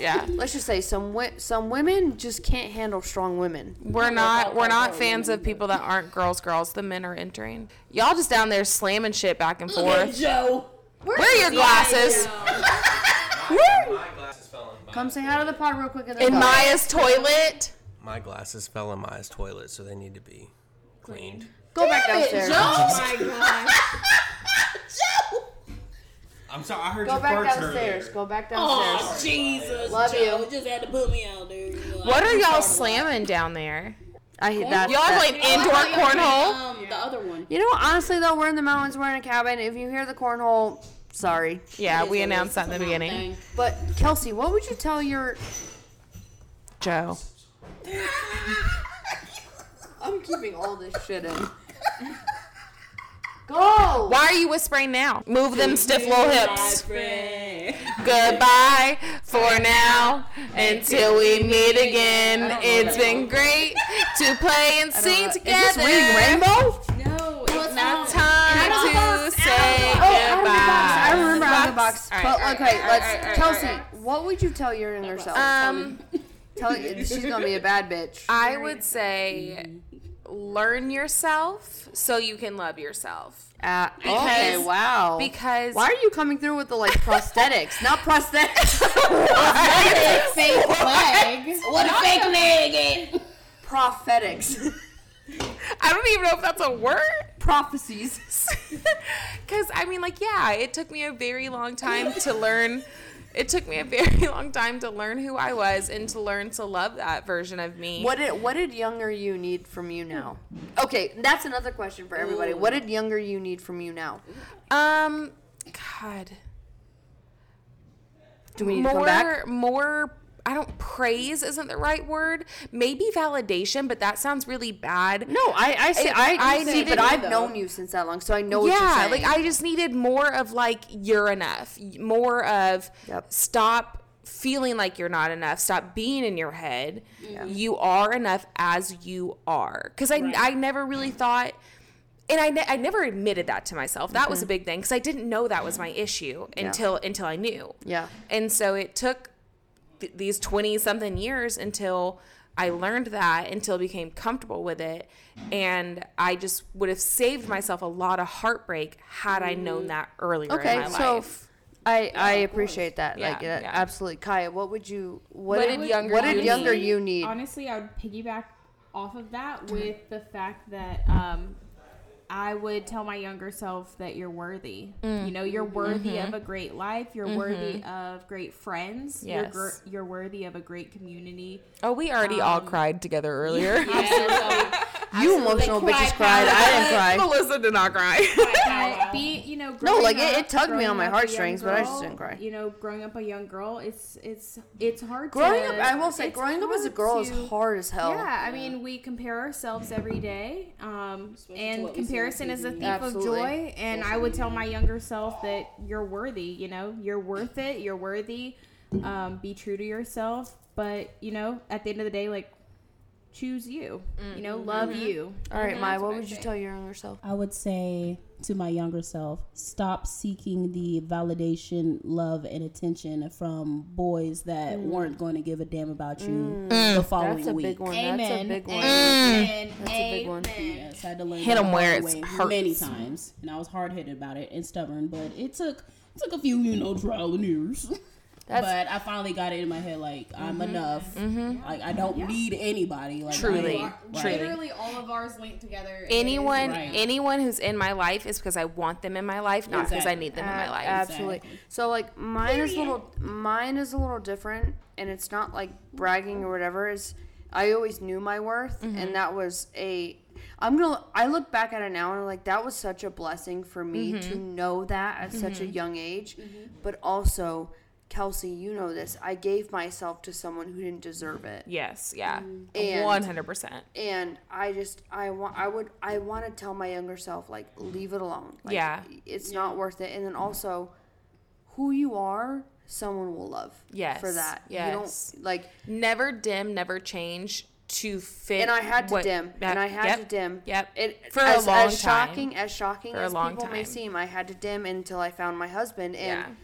Speaker 2: Yeah,
Speaker 3: Let's just say some wi- some women just can't handle strong women.
Speaker 2: we're not we're not fans of people that aren't girls. Girls, the men are entering. Y'all just down there slamming shit back and forth.
Speaker 4: Joe.
Speaker 2: Where are your glasses?
Speaker 11: My glasses fell in my
Speaker 3: Come say hi to the pod real quick. and then
Speaker 2: In
Speaker 3: go.
Speaker 2: Maya's toilet.
Speaker 11: My glasses fell in Maya's toilet, so they need to be cleaned.
Speaker 3: go back downstairs.
Speaker 7: Oh my gosh.
Speaker 11: I'm sorry, I heard
Speaker 3: Go
Speaker 11: your
Speaker 3: back
Speaker 11: farts
Speaker 3: downstairs.
Speaker 11: earlier.
Speaker 3: Go back downstairs.
Speaker 4: Oh, Jesus.
Speaker 3: Love
Speaker 4: Joe
Speaker 3: you.
Speaker 4: Just had to put me out there. you know.
Speaker 2: What are y'all slamming down there?
Speaker 3: I hate that.
Speaker 2: Y'all
Speaker 3: that-
Speaker 2: playing indoor cornhole?
Speaker 10: Um, the other one.
Speaker 3: You know, honestly though, we're in the mountains, we're in a cabin. If you hear the cornhole, sorry.
Speaker 2: Yeah, we announced that in the beginning.
Speaker 10: Thing.
Speaker 3: But Kelsey, what would you tell your
Speaker 2: Joe.
Speaker 3: I'm keeping all this shit in. Go!
Speaker 2: Why are you whispering now? Move them stiff little hips. Goodbye for now. Until we meet again. It's been great to play and sing together.
Speaker 3: Reading Rainbow?
Speaker 7: No,
Speaker 2: It's time to say goodbye.
Speaker 3: Fox.
Speaker 2: All right,
Speaker 3: but
Speaker 2: all right,
Speaker 3: okay,
Speaker 2: all right, all
Speaker 3: let's
Speaker 2: right, all right,
Speaker 3: Kelsey.
Speaker 2: all right.
Speaker 3: What would you tell your younger self?
Speaker 2: Um,
Speaker 3: tell she's gonna be a bad bitch.
Speaker 2: I would say learn yourself so you can love yourself.
Speaker 3: Uh, okay,
Speaker 2: Because-
Speaker 3: wow.
Speaker 2: because-
Speaker 3: why are you coming through with the like prosthetics? Not prosthetics.
Speaker 10: Fake leg. What a fake leg is.
Speaker 3: Prophetics.
Speaker 2: I don't even know if that's a word.
Speaker 3: Prophecies.
Speaker 2: Because, I mean, like, yeah, it took me a very long time to learn. It took me a very long time to learn who I was and to learn to love that version of me.
Speaker 3: What did what did younger you need from you now? Okay, that's another question for everybody. What did younger you need from you now?
Speaker 2: Um, God.
Speaker 3: Do we need
Speaker 2: more,
Speaker 3: to come back?
Speaker 2: More, I don't, praise isn't the right word. Maybe validation, but that sounds really bad.
Speaker 3: No, I I see
Speaker 2: It-
Speaker 3: I,
Speaker 2: I
Speaker 3: see,
Speaker 2: needed
Speaker 3: but I've
Speaker 2: though.
Speaker 3: known you since that long, so I know
Speaker 2: yeah,
Speaker 3: what you're
Speaker 2: like
Speaker 3: saying.
Speaker 2: I just needed more of like you're enough, more of
Speaker 3: Yep.
Speaker 2: stop feeling like you're not enough, stop being in your head. You are enough as you are. Because I I never really thought. And I, ne- I never admitted that to myself. That
Speaker 3: Mm-hmm.
Speaker 2: was a big thing because I didn't know that was my issue until until I knew.
Speaker 3: Yeah.
Speaker 2: And so it took th- these 20 something years until I learned that, until I became comfortable with it. And I just would have saved myself a lot of heartbreak had I known that earlier in
Speaker 3: okay,
Speaker 2: my
Speaker 3: so
Speaker 2: life.
Speaker 3: I I appreciate that. like
Speaker 2: Yeah,
Speaker 3: that,
Speaker 2: yeah.
Speaker 3: absolutely, Kaya. What would you what,
Speaker 2: What
Speaker 3: did,
Speaker 2: did younger
Speaker 3: what did
Speaker 2: you
Speaker 3: younger
Speaker 2: need?
Speaker 3: you need?
Speaker 7: Honestly, I would piggyback off of that
Speaker 3: Uh-huh.
Speaker 7: with the fact that um, I would tell my younger self that you're worthy. You know, you're
Speaker 3: Mm-hmm.
Speaker 7: worthy of a great life. You're worthy of great friends. You're, gr-
Speaker 2: Yes.
Speaker 7: you're worthy of a great community.
Speaker 2: Oh, we already all cried together earlier.
Speaker 3: You emotional bitches cried. I didn't cry.
Speaker 2: Melissa did not cry.
Speaker 7: But be you know
Speaker 3: No,
Speaker 7: growing
Speaker 3: like, it-
Speaker 7: up-
Speaker 3: it tugged me
Speaker 7: growing
Speaker 3: on my
Speaker 7: up a young
Speaker 3: heartstrings, but I just
Speaker 7: girl,
Speaker 3: didn't cry.
Speaker 7: You know, growing up a young girl, it's it's it's hard.
Speaker 3: Growing up,
Speaker 7: to-
Speaker 3: I will say,
Speaker 7: it's
Speaker 3: growing up as a
Speaker 7: hard
Speaker 3: girl
Speaker 7: to-
Speaker 3: is hard as hell.
Speaker 7: Yeah, I mean, we compare ourselves every day, um, and comparison is a thief
Speaker 3: Absolutely.
Speaker 7: of joy. And I would tell my younger self that you're worthy. You know, you're worth it. You're worthy. Um, be true to yourself, but you know, at the end of the day, like choose you. You know, love you.
Speaker 3: All right, Maya, what would you tell your younger self?
Speaker 4: I would say to my younger self, stop seeking the validation, love, and attention from boys that weren't going to give a damn about you the
Speaker 2: Mm.
Speaker 4: following
Speaker 3: Mm. That's a
Speaker 4: week.
Speaker 3: big one. That's a
Speaker 10: Amen.
Speaker 3: big one.
Speaker 10: Amen.
Speaker 3: That's a big one.
Speaker 4: Yes, I had to learn
Speaker 2: Hit
Speaker 4: that
Speaker 2: 'em
Speaker 4: the
Speaker 2: where
Speaker 4: hard
Speaker 2: it's
Speaker 4: way
Speaker 2: hurts.
Speaker 4: many times, and I was hard headed about it and stubborn. But it took it took a few, you know, trial and errors. but I finally got it in my head like
Speaker 3: Mm-hmm.
Speaker 4: I'm enough. Like I don't need anybody. Like I
Speaker 2: Mm-hmm. Truly,
Speaker 4: am-
Speaker 2: truly.
Speaker 12: Literally all of ours linked together.
Speaker 2: Anyone,
Speaker 4: Right.
Speaker 2: anyone who's in my life is because I want them in my life, not because I
Speaker 4: Exactly.
Speaker 2: need them in my life.
Speaker 3: Absolutely. So like mine is a little mine is a little different and it's not like bragging or whatever. It's I always knew my worth and that was a I'm gonna I look back at it now and I'm like that was such a blessing for me to know that at such a young age. But also, Kelsey, you know this. I gave myself to someone who didn't deserve it.
Speaker 2: Yes, yeah,
Speaker 3: And-
Speaker 2: one hundred percent.
Speaker 3: and I just I want I would I want to tell my younger self like leave it alone. Like,
Speaker 2: Yeah.
Speaker 3: it's not worth it. And then also, who you are, someone will love.
Speaker 2: Yes,
Speaker 3: for that.
Speaker 2: yes.
Speaker 3: you don't like.
Speaker 2: Never dim, never change to fit.
Speaker 3: And I had to
Speaker 2: what-
Speaker 3: dim.
Speaker 2: that-
Speaker 3: and I had
Speaker 2: yep,
Speaker 3: to dim.
Speaker 2: Yep.
Speaker 3: It,
Speaker 2: For
Speaker 3: as,
Speaker 2: a long
Speaker 3: as
Speaker 2: time.
Speaker 3: shocking as shocking
Speaker 2: For a
Speaker 3: as
Speaker 2: long
Speaker 3: people may
Speaker 2: time.
Speaker 3: seem, I had to dim until I found my husband,
Speaker 2: Yeah.
Speaker 3: and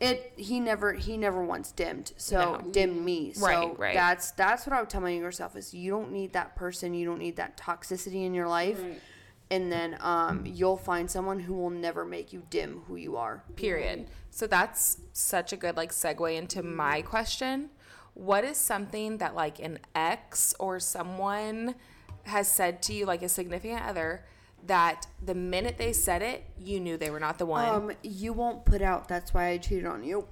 Speaker 3: it he never he never once dimmed. So
Speaker 2: No.
Speaker 3: dimmed me. So
Speaker 2: Right, right.
Speaker 3: That's that's what I would tell my younger self is you don't need that person, you don't need that toxicity in your life. And then um, you'll find someone who will never make you dim who you are.
Speaker 2: Period. So that's such a good like segue into my question. What is something that like an ex or someone has said to you, like a significant other, that the minute they said it, you knew they were not the one.
Speaker 3: Um, you won't put out. That's why I cheated on you.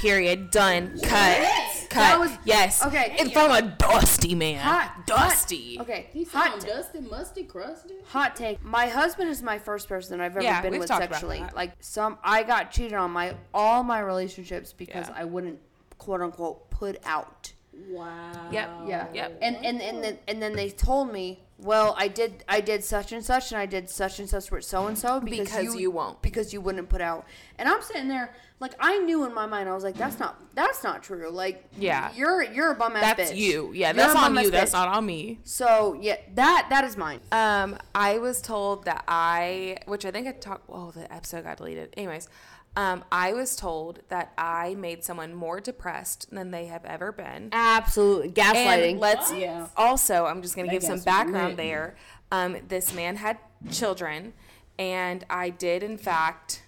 Speaker 2: Period. Done. Cut. Cut.
Speaker 3: was-
Speaker 2: yes.
Speaker 3: okay.
Speaker 2: And from a dusty man.
Speaker 3: Hot-
Speaker 2: dusty.
Speaker 3: Okay.
Speaker 12: He sound dusty, musty, crusty.
Speaker 3: Hot take. My husband is my first person I've ever
Speaker 2: Yeah,
Speaker 3: been
Speaker 2: we've
Speaker 3: with
Speaker 2: talked about
Speaker 3: sexually.
Speaker 2: that.
Speaker 3: Like some I got cheated on my all my relationships because
Speaker 2: Yeah.
Speaker 3: I wouldn't quote unquote put out.
Speaker 12: Wow.
Speaker 2: Yep.
Speaker 3: Yeah.
Speaker 2: Oh. Yep.
Speaker 3: And and and then and then they told me, "Well, I did I did such and such and I did such and such with so and so
Speaker 2: Because you won't.
Speaker 3: because you wouldn't put out." And I'm sitting there like I knew in my mind I was like, "That's not that's not true." Like
Speaker 2: Yeah.
Speaker 3: You're you're a bum ass bitch.
Speaker 2: That's you. Yeah,
Speaker 3: You're
Speaker 2: that's
Speaker 3: a
Speaker 2: on
Speaker 3: bum-ass
Speaker 2: you. That's
Speaker 3: bitch.
Speaker 2: not on me.
Speaker 3: So, yeah, that that is mine.
Speaker 2: Um, I was told that I, which I think I talked. Oh, the episode got deleted. Anyways, Um, I was told that I made someone more depressed than they have ever been.
Speaker 3: Absolutely. Gaslighting.
Speaker 2: And let's
Speaker 4: Yeah.
Speaker 2: also, I'm just going to
Speaker 4: That
Speaker 2: give some
Speaker 4: gaslighting.
Speaker 2: background there. Um, this man had children, and I did, in fact,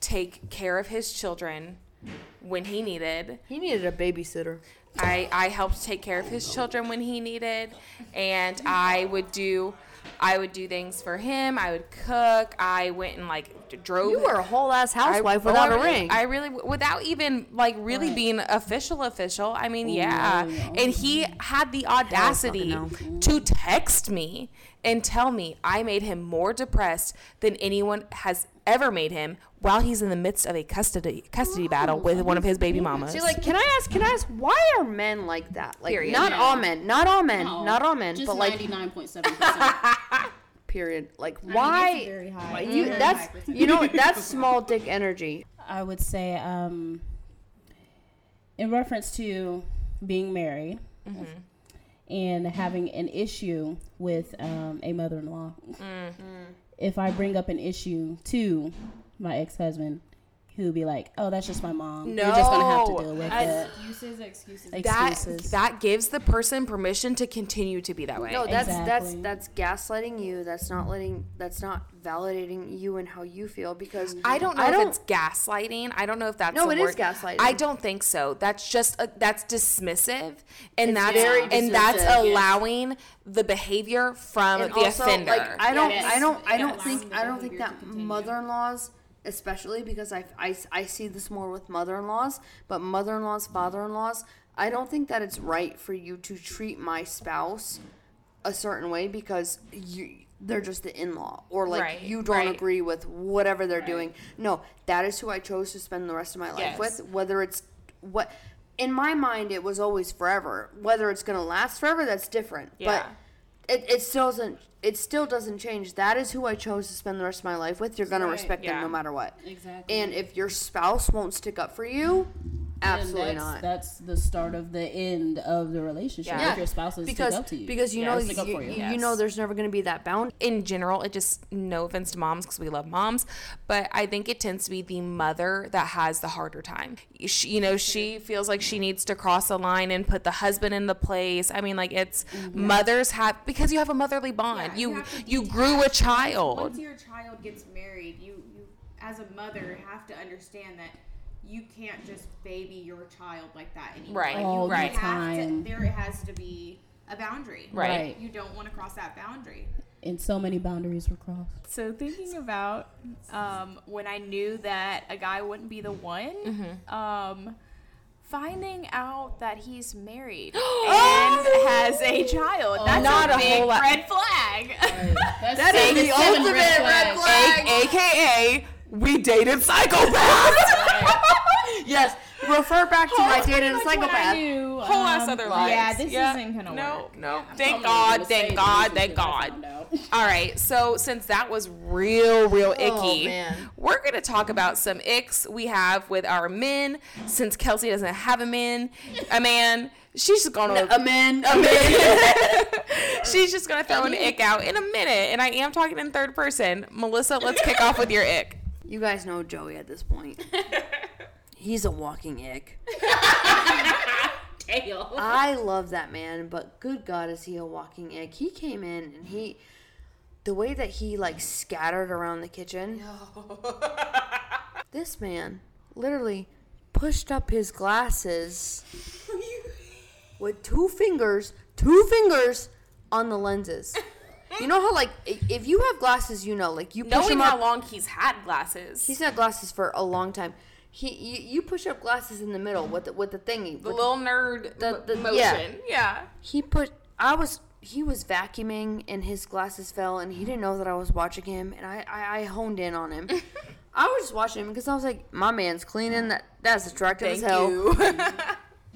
Speaker 2: take care of his children when he needed.
Speaker 3: he needed a babysitter.
Speaker 2: I, I helped take care of his children when he needed, and I would do. I would do things for him. I would cook. I went and like drove.
Speaker 3: You were a whole ass
Speaker 2: I-
Speaker 3: housewife
Speaker 2: oh,
Speaker 3: without
Speaker 2: I
Speaker 3: a
Speaker 2: really-
Speaker 3: ring.
Speaker 2: I really, without even like really being official, official. I mean, yeah. And he had the audacity to text me and tell me I made him more depressed than anyone has ever made him while he's in the midst of a custody custody battle with one of his baby mamas.
Speaker 3: See, like, can I ask? Can I ask? Why are men like that? Like,
Speaker 2: Period.
Speaker 3: not
Speaker 10: Yeah.
Speaker 3: all men, not all men,
Speaker 10: No,
Speaker 3: not all men,
Speaker 10: Just
Speaker 3: but like,
Speaker 10: 99.7%.
Speaker 3: period. Like,
Speaker 7: I
Speaker 3: why?
Speaker 7: mean, it's very high.
Speaker 3: you, that's you know what? That's small dick energy.
Speaker 4: I would say, um, in reference to being married
Speaker 3: Mm-hmm.
Speaker 4: and having an issue with um, a mother in law,
Speaker 3: Mm-hmm.
Speaker 4: if I bring up an issue to my ex husband, he'll be like, oh, that's just my mom. You're just going to have
Speaker 2: No.
Speaker 4: to deal with it.
Speaker 7: Excuses, excuses.
Speaker 2: that
Speaker 4: Excuses.
Speaker 2: that gives the person permission to continue to be that way.
Speaker 3: No, that's
Speaker 4: Exactly.
Speaker 3: that's that's gaslighting you. That's not letting. That's not validating you and how you feel because
Speaker 2: I don't know
Speaker 3: I
Speaker 2: if
Speaker 3: don't-
Speaker 2: it's gaslighting. I don't know if that's
Speaker 3: No,
Speaker 2: the
Speaker 3: it is
Speaker 2: word.
Speaker 3: gaslighting.
Speaker 2: I don't think so. That's just a, that's dismissive, and that's
Speaker 3: very
Speaker 2: and that's
Speaker 3: dismissive, yes.
Speaker 2: allowing the behavior from
Speaker 3: and
Speaker 2: the
Speaker 3: also,
Speaker 2: offender.
Speaker 3: Like, I don't,
Speaker 10: Yes.
Speaker 3: I don't, I
Speaker 10: Yes.
Speaker 3: don't think,
Speaker 10: Allowing
Speaker 3: I don't think that mother-in-laws, especially because I, I, I see this more with mother-in-laws, but mother-in-laws, father-in-laws, I don't think that it's right for you to treat my spouse a certain way because you they're just the in-law or like
Speaker 2: Right,
Speaker 3: you don't
Speaker 2: right.
Speaker 3: agree with whatever they're doing. No, that is who I chose to spend the rest of my life
Speaker 2: Yes.
Speaker 3: with, whether it's what in my mind it was always forever. Whether it's going to last forever, that's different.
Speaker 2: Yeah.
Speaker 3: But it, it still doesn't it still doesn't change that is who i chose to spend the rest of my life with you're gonna respect
Speaker 2: yeah.
Speaker 3: them no matter what
Speaker 7: Exactly.
Speaker 3: and if your spouse won't stick up for you
Speaker 4: And
Speaker 3: absolutely
Speaker 4: that's,
Speaker 3: not
Speaker 4: That's the start of the end of the relationship.
Speaker 2: Yeah.
Speaker 4: If your spouse is
Speaker 3: because
Speaker 4: stick up to you.
Speaker 3: because you
Speaker 4: Yeah,
Speaker 3: know
Speaker 4: stick up
Speaker 3: you,
Speaker 4: for you.
Speaker 3: you know there's never gonna be that bound
Speaker 2: in general, it just no offense to moms because we love moms, but I think it tends to be the mother that has the harder time. She, you know, she feels like she needs to cross a line and put the husband in the place. I mean, like it's mothers have because you have a motherly bond.
Speaker 7: Mm-hmm. you
Speaker 2: you
Speaker 7: have to
Speaker 2: you grew a child.
Speaker 7: Once your child gets married, you, you as a mother have to understand that you can't just baby your child like that anymore.
Speaker 2: Right,
Speaker 7: You
Speaker 2: All the
Speaker 7: have to-
Speaker 4: time.
Speaker 7: there has to be a boundary.
Speaker 2: Right.
Speaker 4: Right.
Speaker 7: You don't want to cross that boundary.
Speaker 4: And so many boundaries were crossed.
Speaker 7: So thinking about um, when I knew that a guy wouldn't be the one,
Speaker 2: Mm-hmm.
Speaker 7: um, finding out that he's married and has a child. That's
Speaker 2: Not
Speaker 7: a
Speaker 2: a
Speaker 7: big
Speaker 2: whole lot-
Speaker 7: red flag.
Speaker 12: That is the ultimate red flag.
Speaker 5: AKA, we dated psychopaths.
Speaker 3: yes refer back to my dated psychopath
Speaker 7: knew, um,
Speaker 2: Whole ass other lives.
Speaker 7: Yeah, this isn't gonna
Speaker 2: no,
Speaker 7: work.
Speaker 2: No, Thank God, thank God, thank God. All right, so since that was real, real
Speaker 3: Oh,
Speaker 2: icky, we're gonna talk about some icks we have with our men. Since Kelsey doesn't have a man, a man, she's just gonna
Speaker 3: a man a
Speaker 2: she's just gonna throw an ick out in a minute. And I am talking in third person. Melissa, let's kick off with your ick.
Speaker 3: You guys know Joey at this point. He's a walking ick. I love that man, but good God, is he a walking ick? He came in and he, the way that he like scattered around the kitchen. this man literally pushed up his glasses with two fingers, two fingers on the lenses. You know how like i- if you have glasses, you know like you push
Speaker 2: Knowing
Speaker 3: them up.
Speaker 2: how long he's had glasses,
Speaker 3: He's had glasses for a long time. He, you, you push up glasses in the middle with the, with the thingy.
Speaker 2: the
Speaker 3: with-
Speaker 2: little nerd
Speaker 3: The- the-
Speaker 2: mo- motion, yeah.
Speaker 3: he put. I was. He was vacuuming, and his glasses fell, and he didn't know that I was watching him, and I, I, I honed in on him. I was just watching him because I was like, my man's cleaning. That that's attractive
Speaker 2: Thank
Speaker 3: as hell.
Speaker 2: you.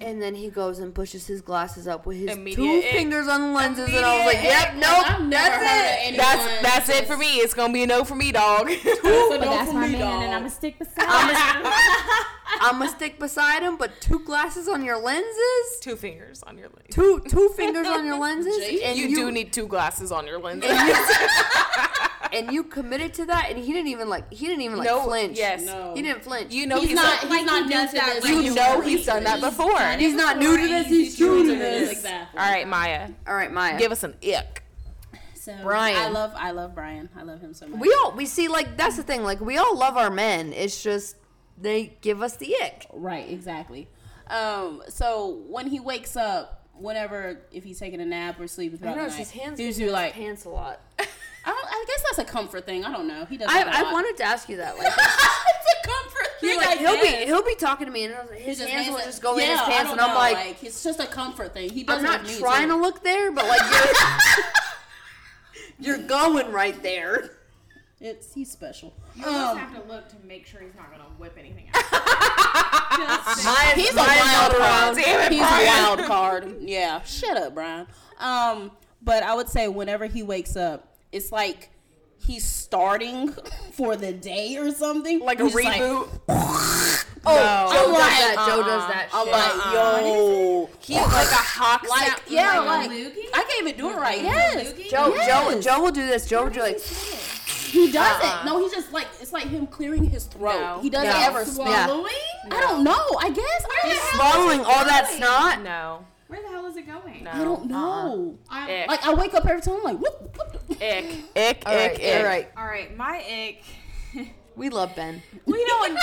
Speaker 3: And then he goes and pushes his glasses up with his
Speaker 2: Immediate
Speaker 3: two
Speaker 2: ick.
Speaker 3: fingers on the lenses, and I was like, yep, nope, that's it.
Speaker 2: That's that's it for me. It's gonna be a no for me, dog.
Speaker 4: But that's my man, and I'm a
Speaker 7: Stick beside.
Speaker 3: I'm gonna stick beside him, but two glasses on your lenses.
Speaker 2: two fingers on your lens.
Speaker 3: two two fingers on your lenses, and
Speaker 2: You, do need two glasses on your lens.
Speaker 3: and you committed to that, and he didn't even like he didn't even like
Speaker 2: No,
Speaker 3: flinch.
Speaker 2: yes.
Speaker 3: No. he didn't flinch.
Speaker 2: You know
Speaker 10: He's
Speaker 2: he's,
Speaker 10: not-
Speaker 2: not.
Speaker 10: he's not new to this.
Speaker 2: You know he's done that before.
Speaker 3: He's not new to this. He's true to this.
Speaker 10: Exactly.
Speaker 2: All right, Maya,
Speaker 3: All right, Maya.
Speaker 2: give us an ick.
Speaker 4: So
Speaker 3: Brian.
Speaker 4: I love I love Brian. I love him so much.
Speaker 3: we all we see like that's the thing. Like we all love our men. It's just they give us the ick.
Speaker 4: Right, exactly. Um, so when he wakes up, whenever if he's taking a nap or sleeping throughout the night, he's usually like, I,
Speaker 3: pants a lot.
Speaker 4: don't, I guess that's a comfort thing. I don't know. He does.
Speaker 3: I,
Speaker 4: that a
Speaker 3: I
Speaker 4: lot.
Speaker 3: wanted to ask you that. Like,
Speaker 4: it's a comfort
Speaker 3: you're
Speaker 4: thing.
Speaker 3: like,
Speaker 4: I
Speaker 3: he'll
Speaker 4: guess.
Speaker 3: be he'll be talking to me, and I was like, his,
Speaker 4: He just
Speaker 3: hands will
Speaker 4: hands it-
Speaker 3: just go in his
Speaker 4: Yeah, I
Speaker 3: pants,
Speaker 4: don't
Speaker 3: and I'm
Speaker 4: know,
Speaker 3: like,
Speaker 4: it's just a comfort thing. He does
Speaker 3: I'm
Speaker 4: it
Speaker 3: not
Speaker 4: with me,
Speaker 3: trying to
Speaker 4: too.
Speaker 3: look there, but like you're you're going right there.
Speaker 4: It's he's special. Um,
Speaker 7: You just have to look to make sure he's not gonna whip anything out. Just saying.
Speaker 3: Mine's,
Speaker 4: He's a
Speaker 3: mine's
Speaker 4: wild
Speaker 3: all
Speaker 4: card.
Speaker 3: around.
Speaker 4: He's a wild card. Yeah. Shut up, Brian. Um, but I would say whenever he wakes up, it's like he's starting for the day or something.
Speaker 2: Like a
Speaker 4: He's just
Speaker 2: reboot.
Speaker 3: Oh, Joe does
Speaker 4: like, uh-uh.
Speaker 3: that. Joe does that.
Speaker 4: I'm
Speaker 3: shit.
Speaker 4: like, yo,
Speaker 2: He's like a hawk.
Speaker 4: like yeah, like,
Speaker 7: Like a loogie?
Speaker 4: I can't even do it right. Yes,
Speaker 7: Loogie?
Speaker 3: Joe, Joe,
Speaker 4: Yes.
Speaker 3: Joe will do this. Joe will do like,
Speaker 4: he does
Speaker 2: Uh-uh.
Speaker 4: it. No, he's just like it's like him clearing his throat.
Speaker 7: No.
Speaker 4: He doesn't
Speaker 3: No.
Speaker 4: ever
Speaker 3: yeah.
Speaker 4: swallowing. I don't know. I guess I
Speaker 3: he's
Speaker 4: just-
Speaker 3: swallowing all that snot.
Speaker 2: No,
Speaker 7: Where the hell is it going?
Speaker 4: I don't know.
Speaker 7: Um,
Speaker 2: Uh-uh. Ick.
Speaker 4: Like I wake up every time like what? what the-
Speaker 2: ick, ick,
Speaker 3: All right,
Speaker 2: ick, ick.
Speaker 3: all right.
Speaker 7: all right, my ick.
Speaker 3: We love Ben.
Speaker 7: Well, you know, and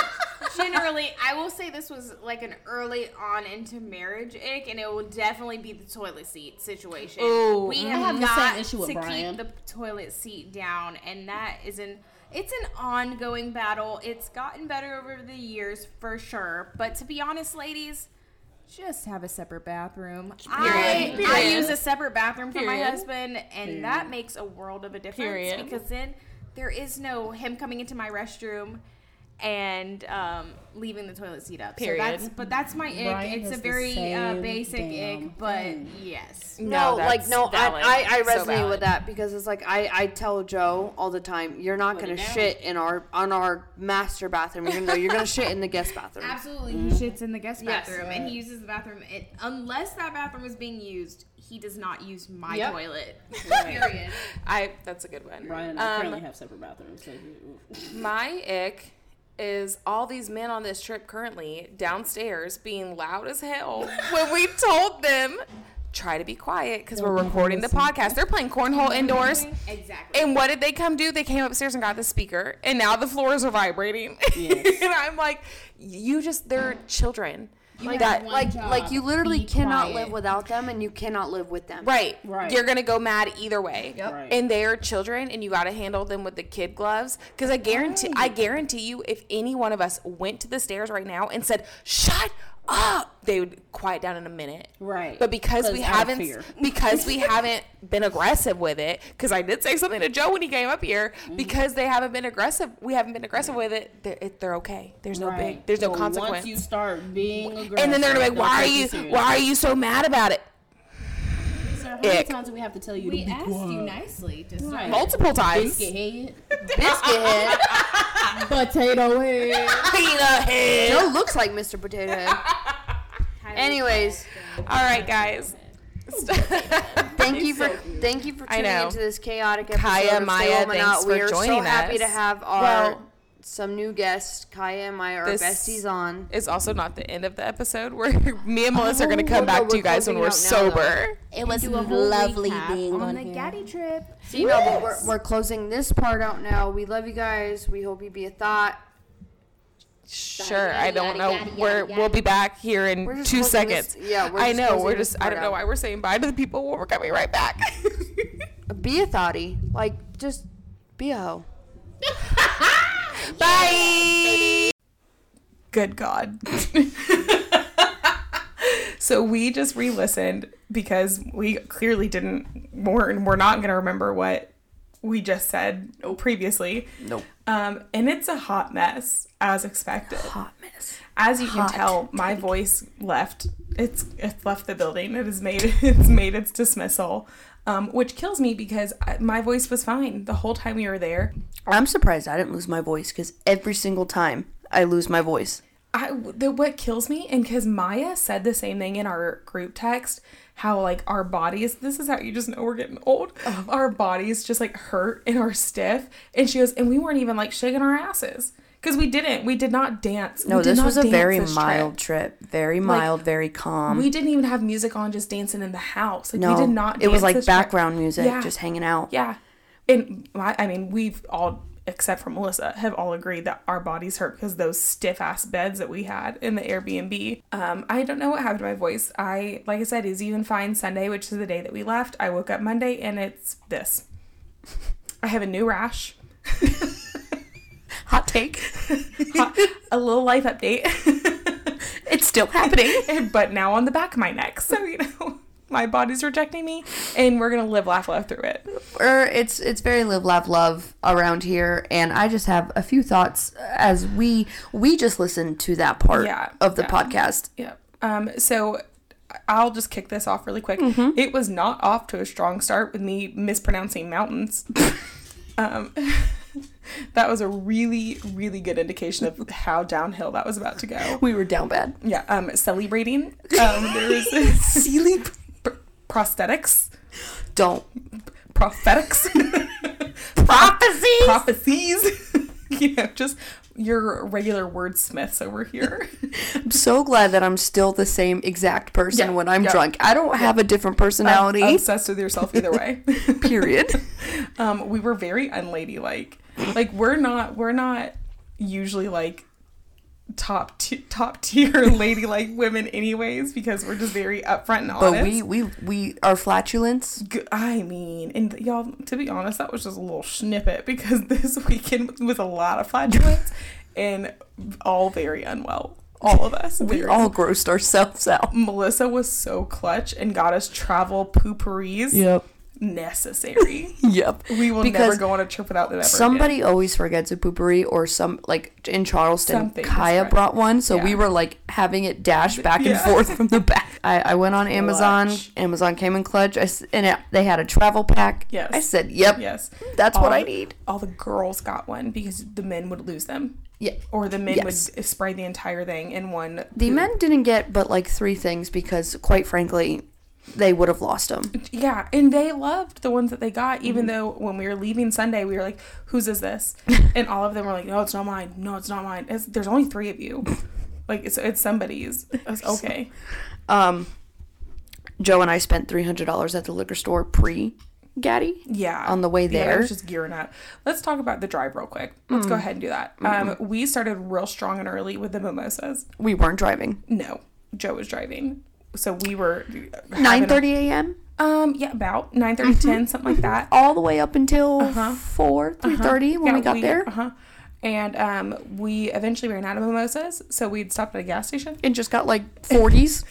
Speaker 7: generally, I will say this was like an early on into marriage ick, and it will definitely be the toilet seat situation.
Speaker 2: Ooh,
Speaker 7: we
Speaker 4: I
Speaker 7: have
Speaker 4: have the mm-hmm. same
Speaker 7: got
Speaker 4: issue with
Speaker 7: to
Speaker 4: Brian.
Speaker 7: keep the toilet seat down, and that is an it's an ongoing battle. It's gotten better over the years for sure, but to be honest, ladies. Just have a separate bathroom. I, I
Speaker 4: Period.
Speaker 7: use a separate bathroom for my
Speaker 4: Period.
Speaker 7: husband, and that makes a world of a difference
Speaker 2: Period.
Speaker 7: because then there is no him coming into my restroom and um, leaving the toilet seat up.
Speaker 2: Period.
Speaker 7: So that's, but that's my ick.
Speaker 4: Brian
Speaker 7: it's
Speaker 4: has the
Speaker 7: a very uh,
Speaker 4: same
Speaker 7: basic
Speaker 4: damn
Speaker 7: ick, but
Speaker 4: thing.
Speaker 7: yes.
Speaker 3: No, like
Speaker 2: that's
Speaker 3: no,
Speaker 2: valid.
Speaker 3: I, I I
Speaker 2: So
Speaker 3: resonate
Speaker 2: valid.
Speaker 3: with that because it's like I I tell Joe all the time, you're not gonna shit in our on our master bathroom. You're gonna no, you're gonna shit in the guest bathroom.
Speaker 7: Absolutely, he shits in the guest bathroom and he uses the bathroom. It, unless that bathroom is being used, he does not use my
Speaker 2: Yep.
Speaker 7: toilet. Period.
Speaker 2: I that's a good one.
Speaker 4: Brian and I
Speaker 2: um,
Speaker 4: currently have separate bathrooms. So you-
Speaker 2: My ick is all these men on this trip currently downstairs being loud as hell when we told them try to be quiet because we're recording the podcast. They're playing cornhole indoors.
Speaker 7: Exactly.
Speaker 2: And what did they come do? They came upstairs and got the speaker, and now the floors are vibrating. and I'm like, you just, they're children. that,
Speaker 10: one
Speaker 3: Like
Speaker 10: job,
Speaker 3: like you literally
Speaker 10: be
Speaker 3: cannot
Speaker 10: quiet.
Speaker 3: live without them, and you cannot live with them.
Speaker 2: Right.
Speaker 4: Right.
Speaker 2: You're going to go mad either way.
Speaker 4: Right.
Speaker 2: And they are children and you got to handle them with the kid gloves cuz I guarantee I guarantee you if any one of us went to the stairs right now and said, "Shut up," they would quiet down in a minute.
Speaker 4: Right.
Speaker 2: But because we
Speaker 4: Because out of
Speaker 2: haven't
Speaker 4: fear.
Speaker 2: because we haven't been aggressive with it cuz I did say something to Joe when he came up here
Speaker 4: Mm-hmm.
Speaker 2: because they haven't been aggressive we haven't been aggressive with it they're, it, they're okay. There's no big
Speaker 4: Right.
Speaker 2: there's no
Speaker 4: But
Speaker 2: consequence.
Speaker 4: Once you start being aggressive,
Speaker 2: and then they're going to be like,
Speaker 4: they'll
Speaker 2: "Why are
Speaker 4: take
Speaker 2: you
Speaker 4: serious."
Speaker 2: why are you so mad about it?"
Speaker 4: Sir, How many
Speaker 2: Ick.
Speaker 4: times do we have to tell you
Speaker 7: We
Speaker 4: to be
Speaker 7: asked
Speaker 4: quiet?
Speaker 7: you nicely to start.
Speaker 4: Right.
Speaker 2: Multiple times.
Speaker 4: Biscuit head,
Speaker 3: Biscuit head.
Speaker 4: potato head.
Speaker 2: Peanut head.
Speaker 3: Joe looks like Mr. Potato Head. Anyways,
Speaker 2: All right, guys.
Speaker 3: thank you for thank you for
Speaker 2: I
Speaker 3: tuning
Speaker 2: know.
Speaker 3: into this chaotic episode.
Speaker 2: Kaya,
Speaker 3: of Stay
Speaker 2: Maya,
Speaker 3: Home and
Speaker 2: thanks
Speaker 3: Out.
Speaker 2: for
Speaker 3: We are so
Speaker 2: joining
Speaker 3: happy
Speaker 2: us.
Speaker 3: to have our
Speaker 2: Well-
Speaker 3: some new guests. Kaya and Maya are
Speaker 2: This-
Speaker 3: besties on.
Speaker 2: It's also not the end of the episode. We're me and Melissa are gonna come
Speaker 3: Oh, no,
Speaker 2: back to
Speaker 3: we're
Speaker 2: you guys when
Speaker 3: closing
Speaker 2: we're
Speaker 3: out now, though.
Speaker 2: sober.
Speaker 4: It was lovely being
Speaker 7: on,
Speaker 4: on
Speaker 7: the
Speaker 4: here.
Speaker 7: Gaddy trip.
Speaker 3: See, no, but we're, we're closing this part out now. We love you guys. We hope you be a thought.
Speaker 2: Sure, I
Speaker 10: yada,
Speaker 2: don't know.
Speaker 10: yada, yada,
Speaker 2: we're
Speaker 10: yada.
Speaker 2: we'll be back here
Speaker 3: We're
Speaker 2: in
Speaker 3: just
Speaker 2: two
Speaker 3: closing this-
Speaker 2: seconds.
Speaker 3: yeah, we're
Speaker 2: I
Speaker 3: just
Speaker 2: know.
Speaker 3: closing
Speaker 2: We're
Speaker 3: this
Speaker 2: just I
Speaker 3: part
Speaker 2: don't know
Speaker 3: out.
Speaker 2: why we're saying bye to the people. We're coming right back.
Speaker 3: Be a thoughty. Like just be a hoe.
Speaker 2: Bye. Good God. so we just re-listened because we clearly didn't we're, we're not gonna remember what we just said previously. Nope. Um, and it's a hot mess as expected. Hot mess. As you can tell, my voice left. It's it's left the building. It has made it's made its dismissal, um, which kills me because I, my voice was fine the whole time we were there.
Speaker 3: I'm surprised I didn't lose my voice because every single time I lose my voice.
Speaker 13: I the, what kills me and because Maya said the same thing in our group text how like our bodies this is how you just know we're getting old our bodies just like hurt and are stiff and she goes and we weren't even like shaking our asses because we didn't we did not dance
Speaker 1: No,
Speaker 13: We did
Speaker 1: this
Speaker 13: not
Speaker 1: was a
Speaker 13: dance
Speaker 1: very
Speaker 13: this
Speaker 1: mild trip. Very
Speaker 13: Like,
Speaker 1: mild, very calm.
Speaker 13: we didn't even have music on just dancing in the house like
Speaker 1: Um, no,
Speaker 13: we did not
Speaker 1: It was
Speaker 13: dance
Speaker 1: like
Speaker 13: this trip.
Speaker 1: background music,
Speaker 13: Yeah.
Speaker 1: just hanging out.
Speaker 13: Yeah. And I, I mean, we've all, except for Melissa, have all agreed that our bodies hurt because those stiff ass beds that we had in the Airbnb. Um, I don't know what happened to my voice. I, like I said, is even fine Sunday, which is the day that we left. I woke up Monday and it's this. I have a new rash. Hot take. Hot, a little life update. it's still happening, but now on the back of my neck. So, you know, my body's rejecting me and we're going to live, laugh, love through it.
Speaker 1: Or er, it's it's very live, laugh, love around here, and I just have a few thoughts as we we just listened to that part
Speaker 13: Yeah,
Speaker 1: of the
Speaker 13: yeah.
Speaker 1: podcast.
Speaker 13: Yeah. Um, so I'll just kick this off really quick.
Speaker 1: Mhm.
Speaker 13: It was not off to a strong start with me mispronouncing mountains. um, that was a really, really good indication of how downhill that was about to go.
Speaker 1: We were down bad.
Speaker 13: Yeah. Um, celebrating. Um, there was Cele- pr- prosthetics.
Speaker 1: Don't.
Speaker 13: Prophetics. Prophecies. Prophecies. you know, just your regular wordsmiths over here.
Speaker 1: I'm so glad that I'm still the same exact person
Speaker 13: Yeah,
Speaker 1: when I'm
Speaker 13: yeah, Um,
Speaker 1: drunk. I don't have a different personality.
Speaker 13: I'm obsessed with yourself either way.
Speaker 1: Period.
Speaker 13: um, we were very unladylike. Like we're not we're not usually like top t- top tier ladylike women anyways because we're just very upfront and honest.
Speaker 1: but we we we are flatulence.
Speaker 13: G- I mean, and y'all, to be honest, that was just a little snippet because this weekend was a lot of flatulence and all very unwell. All of us.
Speaker 1: We
Speaker 13: Very-
Speaker 1: all grossed ourselves out.
Speaker 13: Melissa was so clutch and got us travel pooperies.
Speaker 1: Yep.
Speaker 13: Necessary.
Speaker 1: Yep.
Speaker 13: We will never
Speaker 1: Because
Speaker 13: go on a trip without them ever.
Speaker 1: Somebody
Speaker 13: again.
Speaker 1: always forgets a poopery or some like in Charleston,
Speaker 13: Something, that's
Speaker 1: Kaya
Speaker 13: right.
Speaker 1: brought one, so we
Speaker 13: Yeah.
Speaker 1: were like having it dash back and
Speaker 13: Yeah.
Speaker 1: forth from the back. I, I went on Amazon. Amazon came in clutch. I s and it, they had a travel pack.
Speaker 13: Yes.
Speaker 1: I said, "Yep,
Speaker 13: Yes.
Speaker 1: that's
Speaker 13: All
Speaker 1: what I
Speaker 13: the-
Speaker 1: need."
Speaker 13: All the girls got one because the men would lose them.
Speaker 1: Yeah.
Speaker 13: Or the men
Speaker 1: Yes.
Speaker 13: would spray the entire thing in one.
Speaker 1: The
Speaker 13: poop.
Speaker 1: men didn't get but like three things because, quite frankly, they would have lost them.
Speaker 13: Yeah, and they loved the ones that they got,
Speaker 1: Mm-hmm.
Speaker 13: even though when we were leaving Sunday, we were like, "Whose is this?" and all of them were like, "No, it's not mine. No, it's not mine. It's, there's only three of you. Like it's it's somebody's. It's okay.
Speaker 1: Um, Joe and I spent three hundred dollars at the liquor store pre Gaddy.
Speaker 13: Yeah.
Speaker 1: On the way
Speaker 13: Yeah,
Speaker 1: there,
Speaker 13: I was just gearing up. Let's talk about the drive real quick. Let's go
Speaker 1: Mm.
Speaker 13: ahead and do that.
Speaker 1: Mm-mm.
Speaker 13: Um, we started real strong and early with the mimosas.
Speaker 1: we weren't driving.
Speaker 13: No, Joe was driving, so we were having
Speaker 1: Nine
Speaker 13: a-
Speaker 1: thirty Mm-hmm. a.m.
Speaker 13: Um, yeah, about 9 10, something like that.
Speaker 1: all the way up until four, three thirty Oh, when
Speaker 13: Yeah,
Speaker 1: Uh-huh. we got there.
Speaker 13: Uh-huh. And um, we eventually ran out of mimosas, so we'd stopped at a gas station.
Speaker 1: And just got like forties.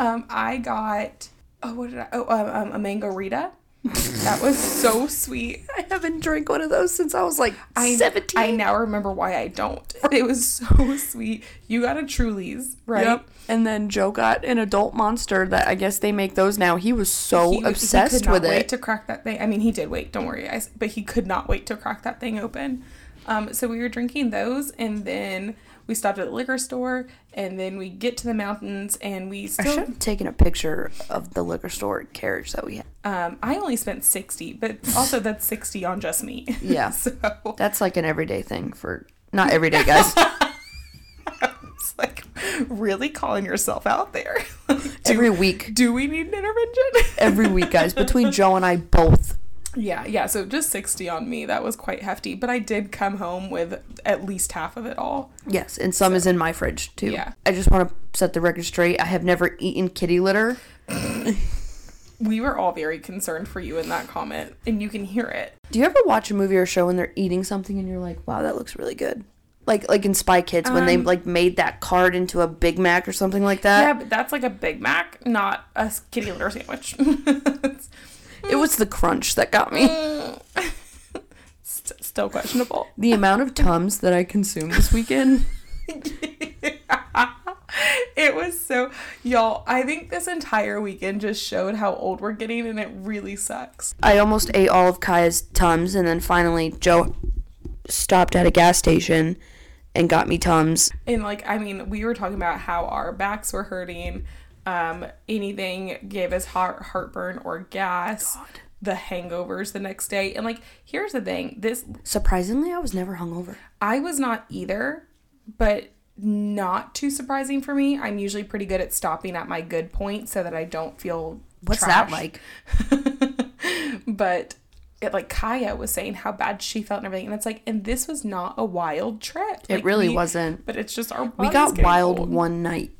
Speaker 13: Um, I got oh, what did I? Oh, um, um, a mangarita. that was so sweet.
Speaker 1: I haven't drank one of those since I was like
Speaker 13: I,
Speaker 1: seventeen.
Speaker 13: I now remember why I don't. It was so sweet. You got a Truly's, right?
Speaker 1: And then Joe got an adult monster that I guess they make those now. He was so
Speaker 13: He- he could
Speaker 1: obsessed with
Speaker 13: not
Speaker 1: it.
Speaker 13: Wait to crack that thing. I mean, he did wait. Don't worry, guys. But he could not wait to crack that thing open. Um, so we were drinking those, and then we stopped at the liquor store, and then we get to the mountains, and we
Speaker 1: I
Speaker 13: still.
Speaker 1: should have taken a picture of the liquor store carriage that we had.
Speaker 13: Um, I only spent sixty, but also that's sixty on just me.
Speaker 1: Yeah.
Speaker 13: so
Speaker 1: That's like an everyday thing for not everyday guys.
Speaker 13: it's like really calling yourself out there.
Speaker 1: Every week.
Speaker 13: Do we need an intervention?
Speaker 1: Every week, guys. Between Joe and I both.
Speaker 13: Yeah, yeah. So just 60 on me. That was quite hefty. But I did come home with at least half of it all.
Speaker 1: Yes. And some is in my fridge too.
Speaker 13: Yeah.
Speaker 1: I just want to set the record straight. I have never eaten kitty litter.
Speaker 13: We were all very concerned for you in that comment, and you can hear it.
Speaker 1: Do you ever watch a movie or show and they're eating something and you're like, wow, that looks really good? Like like in Spy Kids when they
Speaker 13: Um,
Speaker 1: like made that card into a Big Mac or something like that.
Speaker 13: yeah, but that's like a Big Mac, not a s- kitty litter sandwich.
Speaker 1: It was the crunch that got me.
Speaker 13: St- still questionable.
Speaker 1: The amount of tums that I consumed this weekend.
Speaker 13: It was so, y'all. I think this entire weekend just showed how old we're getting, and it really sucks.
Speaker 1: I almost ate all of Kaya's tums and then finally Joe stopped at a gas station and got me Tums.
Speaker 13: And like, I mean, we were talking about how our backs were hurting. Um, anything gave us heart heartburn or gas. God. The hangovers the next day. And like, here's the thing: this
Speaker 1: Surprisingly, I was never hungover.
Speaker 13: I was not either, but not too surprising for me. I'm usually pretty good at stopping at my good point so that I don't feel
Speaker 1: What's
Speaker 13: trash.
Speaker 1: that like?
Speaker 13: but it like Kaya was saying how bad she felt and everything, and it's like, and this was not a wild trip.
Speaker 1: It
Speaker 13: Like,
Speaker 1: really
Speaker 13: we-
Speaker 1: wasn't.
Speaker 13: But it's just our
Speaker 1: We
Speaker 13: bodies
Speaker 1: got
Speaker 13: getting
Speaker 1: wild
Speaker 13: old.
Speaker 1: one night.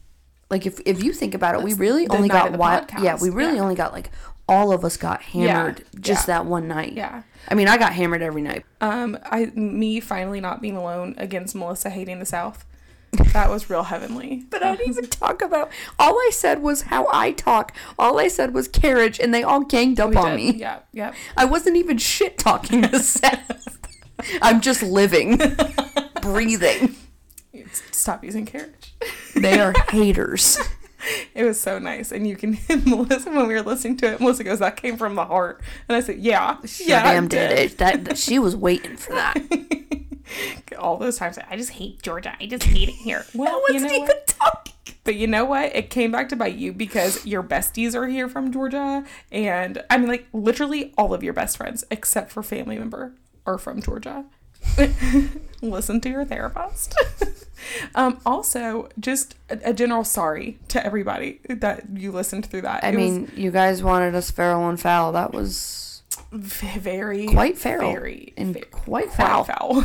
Speaker 1: Like if if you think about it, we really
Speaker 13: the
Speaker 1: only
Speaker 13: night of
Speaker 1: got
Speaker 13: the
Speaker 1: wild. Yeah,
Speaker 13: podcast.
Speaker 1: we really
Speaker 13: Yeah.
Speaker 1: only got like all of us got hammered just
Speaker 13: yeah.
Speaker 1: that one night.
Speaker 13: Yeah.
Speaker 1: I mean, I got hammered every night.
Speaker 13: Um, I me finally not being alone against Melissa hating the South. That was real heavenly.
Speaker 1: But I didn't even talk about. All I said was how I talk. All I said was carriage, and they all ganged up
Speaker 13: We
Speaker 1: on
Speaker 13: did.
Speaker 1: me.
Speaker 13: Yeah, yeah.
Speaker 1: I wasn't even shit talking to Seth. I'm just living, breathing.
Speaker 13: Stop using carriage.
Speaker 1: They are haters.
Speaker 13: It was so nice, and you can Melissa when we were listening to it. Melissa goes, "That came from the heart," and I said, "Yeah, yeah, I
Speaker 1: damn did it. That, that- she was waiting for that.
Speaker 13: All those times, I just hate Georgia. I just hate it here. Well, you know what? But you know what? It came back to bite you because your besties are here from Georgia, and I mean, like literally all of your best friends, except for family member, are from Georgia. Listen to your therapist. um, also, just a, a general sorry to everybody that you listened through that.
Speaker 1: I
Speaker 13: It was-
Speaker 1: mean, you guys wanted us feral and foul. That was
Speaker 13: v- very
Speaker 1: quite feral
Speaker 13: very
Speaker 1: and
Speaker 13: ve-
Speaker 1: quite
Speaker 13: quite
Speaker 1: foul.
Speaker 13: foul.